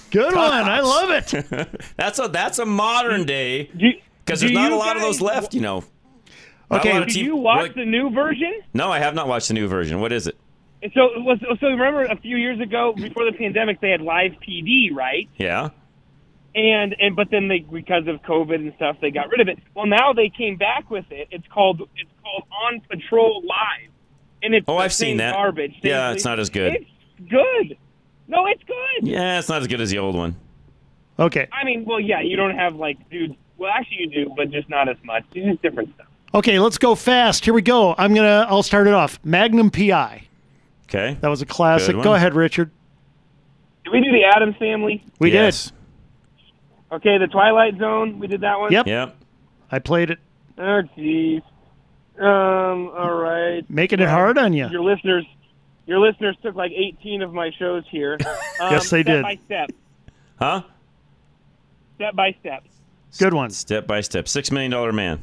Speaker 3: Good one. I love it.
Speaker 2: that's a that's a modern day because
Speaker 4: do
Speaker 2: there's not a
Speaker 4: you
Speaker 2: lot of
Speaker 4: guys-
Speaker 2: those left. You know. Not a
Speaker 4: Okay.
Speaker 2: lot of
Speaker 4: Did
Speaker 2: TV
Speaker 4: you watch
Speaker 2: like-
Speaker 4: the new version?
Speaker 2: no, I have not watched the new version. What is it?
Speaker 4: And So, it was, so remember a few years ago, before the pandemic, they had live PD, right?
Speaker 2: Yeah.
Speaker 4: And and but then they because of COVID and stuff, they got rid of it. Well, now they came back with it. It's called it's called On Patrol Live, and it's
Speaker 2: Oh,
Speaker 4: the
Speaker 2: I've seen
Speaker 4: same
Speaker 2: that.
Speaker 4: garbage. same
Speaker 2: Yeah, it's
Speaker 4: thing.
Speaker 2: not as good.
Speaker 4: It's good. No, it's good.
Speaker 2: Yeah, it's not as good as the old one.
Speaker 3: Okay.
Speaker 4: I mean, well, yeah, you don't have like dudes. Well, actually, you do, but just not as much. It's just different stuff.
Speaker 3: Okay, let's go fast. Here we go. I'm gonna. I'll start it off. Magnum PI.
Speaker 2: Okay.
Speaker 3: That was a classic.
Speaker 2: Good
Speaker 3: Go
Speaker 2: one.
Speaker 3: ahead, Richard.
Speaker 4: Did we do the Adams Family?
Speaker 3: We
Speaker 2: Yes.
Speaker 4: Okay, the Twilight Zone. We did that one.
Speaker 3: did. Yep. I played it.
Speaker 4: Oh, jeez. Um. All right.
Speaker 3: Making it hard on you.
Speaker 4: Your listeners, your listeners took like 18 of my shows here. Um,
Speaker 3: Yes, they
Speaker 4: step
Speaker 3: did.
Speaker 4: By step,
Speaker 2: Huh?
Speaker 4: step by step.
Speaker 3: Good one.
Speaker 2: Step by step. Six million dollar man.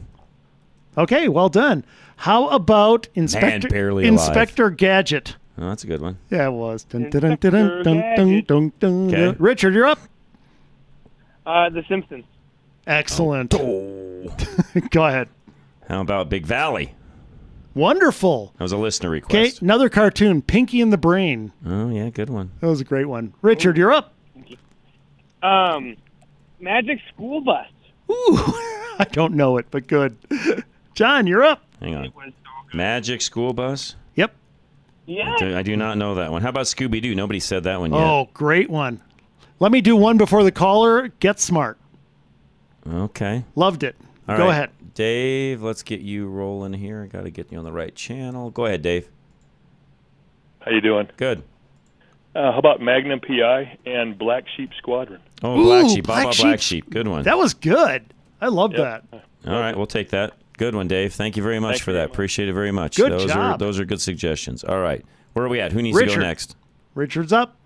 Speaker 3: Okay, well done. How about Inspector
Speaker 2: barely alive.
Speaker 3: Inspector Gadget?
Speaker 2: Oh, that's a good one.
Speaker 3: Yeah, it was. Dun, dun, dun, dun, dun, dun, dun, dun.
Speaker 2: Okay.
Speaker 3: Richard, you're up.
Speaker 4: Uh, the Simpsons.
Speaker 3: Excellent. Go ahead.
Speaker 2: Oh. How about Big Valley?
Speaker 3: Wonderful.
Speaker 2: That was a listener request.
Speaker 3: Okay, another cartoon, Pinky and the Brain.
Speaker 2: Oh yeah, good one.
Speaker 3: That was a great one. Richard, you're up.
Speaker 4: Um, Magic School Bus.
Speaker 3: I don't know it, but good. John, you're up.
Speaker 2: Hang on. Magic School Bus.
Speaker 3: Yep.
Speaker 4: Yeah.
Speaker 2: I do, I do not know that one. How about Scooby Doo? Nobody said that one yet.
Speaker 3: Oh, great one. Let me do one before the caller. Get smart.
Speaker 2: Okay.
Speaker 3: Loved it.
Speaker 2: All
Speaker 3: Go
Speaker 2: right.
Speaker 3: ahead.
Speaker 2: Dave. Let's get you rolling here. I got to get you on the right channel. Go ahead, Dave.
Speaker 13: How you doing?
Speaker 2: Good.
Speaker 8: Uh, how about Magnum PI and Black Sheep Squadron?
Speaker 2: Oh, Black Sheep. Baba Black, Sheep. Good one.
Speaker 3: That was good. I love
Speaker 8: Yep.
Speaker 3: that.
Speaker 2: All right, we'll take that. Good one, Dave. Thank you very much for that. Appreciate it very much.
Speaker 3: Good
Speaker 2: those Are,
Speaker 3: job.
Speaker 2: those are good suggestions. All right, where are we at? Who needs to
Speaker 3: Richard.
Speaker 2: go next?
Speaker 3: Richard's up.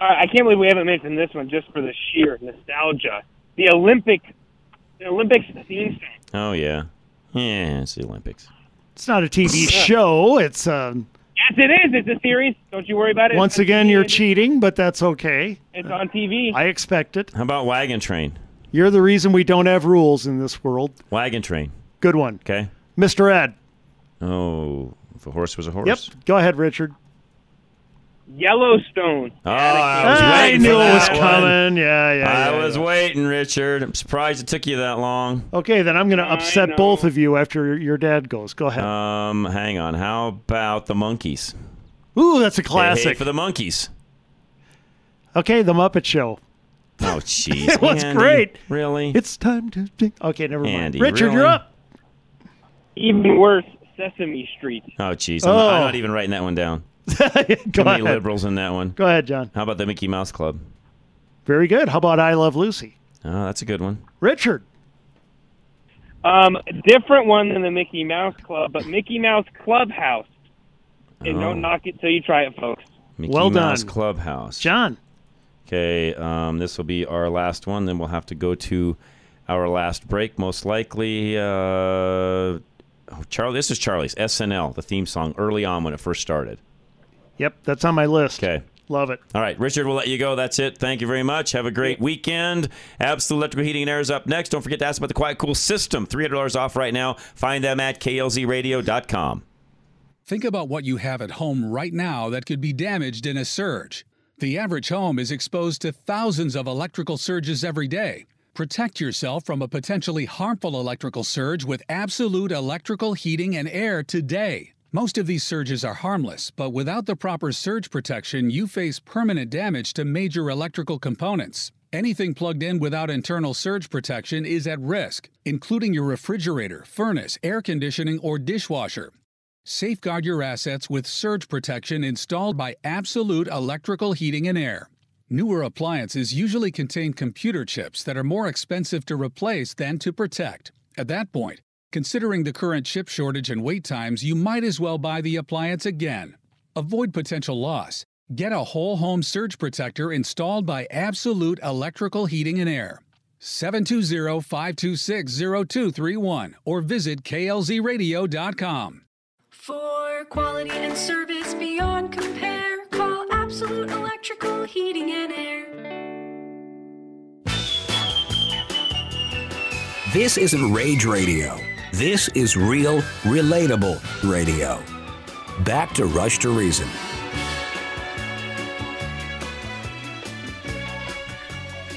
Speaker 17: All right, I can't believe we haven't mentioned this one just for the sheer nostalgia. The Olympic, the Olympics theme song.
Speaker 2: Oh yeah, yeah. It's the Olympics.
Speaker 3: It's not a TV show. It's um,
Speaker 17: Yes, it is. It's a series. Don't you worry about it.
Speaker 3: once
Speaker 17: It's on
Speaker 3: again
Speaker 17: TV.
Speaker 3: you're cheating, but that's okay.
Speaker 17: It's on TV.
Speaker 3: I expect it.
Speaker 2: How about Wagon Train?
Speaker 3: You're the reason we don't have rules in this world.
Speaker 2: Wagon Train.
Speaker 3: Good one,
Speaker 2: Okay.
Speaker 3: Mr. Ed.
Speaker 2: Oh, if a horse was a horse.
Speaker 3: Yep. Go ahead, Richard.
Speaker 17: Yellowstone.
Speaker 2: Oh, I, was
Speaker 3: Ah, I
Speaker 2: waiting
Speaker 3: knew
Speaker 2: for
Speaker 3: it was
Speaker 2: that one.
Speaker 3: coming. Yeah, yeah.
Speaker 2: I
Speaker 3: yeah,
Speaker 2: was waiting, Richard. I'm surprised it took you that long.
Speaker 3: Okay, then I'm going to upset both of you after your dad goes. Go ahead.
Speaker 2: Um, hang on. How about the monkeys?
Speaker 3: Ooh, that's a
Speaker 2: Hey, hey
Speaker 3: classic.
Speaker 2: for the monkeys.
Speaker 3: Okay, The Muppet Show.
Speaker 2: Oh, jeez.
Speaker 3: it was
Speaker 2: Andy,
Speaker 3: great.
Speaker 2: Really?
Speaker 3: It's time to. Okay, never mind.
Speaker 2: Andy,
Speaker 3: Richard,
Speaker 2: really?
Speaker 3: you're up.
Speaker 17: Even worse, Sesame Street.
Speaker 2: Oh, jeez. I'm, I'm
Speaker 3: Oh.
Speaker 2: not even writing that one down.
Speaker 3: Go
Speaker 2: Too many
Speaker 3: ahead.
Speaker 2: liberals in that one.
Speaker 3: Go ahead, John.
Speaker 2: How about the Mickey Mouse Club?
Speaker 3: Very good. How about I Love Lucy?
Speaker 2: Oh, that's a good one.
Speaker 3: Richard.
Speaker 17: Um, different one than the Mickey Mouse Club, but Mickey Mouse Clubhouse. And
Speaker 2: Oh.
Speaker 17: don't knock it till you try it, folks.
Speaker 2: Mickey
Speaker 17: Well
Speaker 2: Mouse
Speaker 17: done.
Speaker 2: Clubhouse.
Speaker 3: John.
Speaker 2: Okay, um, this will be our last one. Then we'll have to go to our last break, most likely. Uh, oh, Charlie, this is Charlie's SNL, the theme song early on when it first started.
Speaker 3: Yep, that's on my list.
Speaker 2: Okay.
Speaker 3: Love it.
Speaker 2: All right, Richard, we'll let you go. That's it. Thank you very much. Have a great weekend. Absolute Electrical Heating and Air is up next. Don't forget to ask about the Quiet Cool System. $300 off right now. Find them at klzradio.com.
Speaker 9: Think about what you have at home right now that could be damaged in a surge. The average home is exposed to thousands of electrical surges every day. Protect yourself from a potentially harmful electrical surge with absolute electrical heating and air today. Most of these surges are harmless, but without the proper surge protection, you face permanent damage to major electrical components. Anything plugged in without internal surge protection is at risk, including your refrigerator, furnace, air conditioning, or dishwasher. Safeguard your assets with surge protection installed by Absolute Electrical Heating and Air. Newer appliances usually contain computer chips that are more expensive to replace than to protect. At that point, considering the current chip shortage and wait times, you might as well buy the appliance again. Avoid potential loss. Get a whole home surge protector installed by Absolute Electrical Heating and Air. 720-526-0231 or visit klzradio.com.
Speaker 11: For quality and service beyond compare, call Absolute Electrical Heating and Air.
Speaker 20: This isn't rage radio. This is real, relatable radio. Back to Rush to Reason.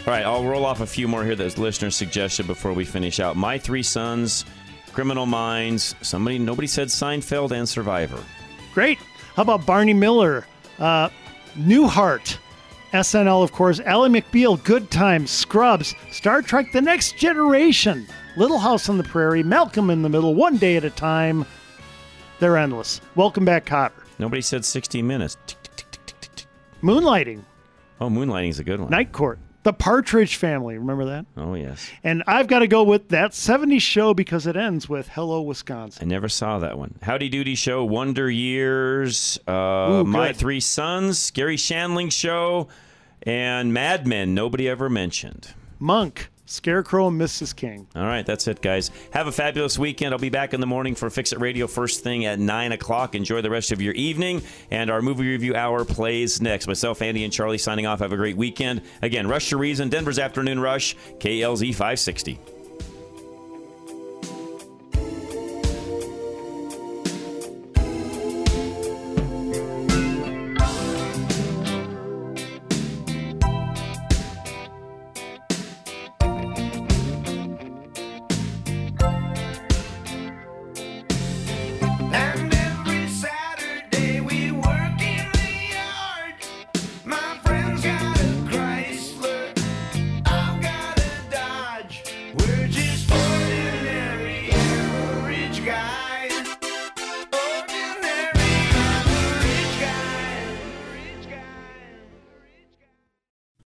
Speaker 2: All right, I'll roll off a few more here that listeners suggested before we finish out. My Three Sons, Criminal Minds, somebody, nobody said Seinfeld and Survivor.
Speaker 3: Great. How about Barney Miller? Uh, Newhart. SNL, of course. Ally McBeal, Good Times, Scrubs, Star Trek The Next Generation, Little House on the Prairie, Malcolm in the Middle, One Day at a Time. They're endless. Welcome back, Cotter.
Speaker 2: Nobody said 60 Minutes.
Speaker 3: Moonlighting,
Speaker 2: Oh, Moonlighting is a good one.
Speaker 3: Night Court, The Partridge Family. Remember that?
Speaker 2: Oh, yes.
Speaker 3: And I've got to go with that 70s show because it ends with Hello,
Speaker 2: I
Speaker 3: Wisconsin.
Speaker 2: never saw that one. Howdy Doody Show, Wonder Years, uh,
Speaker 3: Ooh,
Speaker 2: My
Speaker 3: good.
Speaker 2: Three Sons, Gary Shandling Show, and Mad Men, nobody ever mentioned.
Speaker 3: Monk, Scarecrow, and Mrs. King.
Speaker 2: All right, that's it, guys. Have a fabulous weekend. I'll be back in the morning for Fix It Radio first thing at 9 o'clock. Enjoy the rest of your evening, and our movie review hour plays next. Myself, Andy, and Charlie signing off. Have a great weekend. Again, Rush to Reason, Denver's Afternoon Rush, KLZ 560.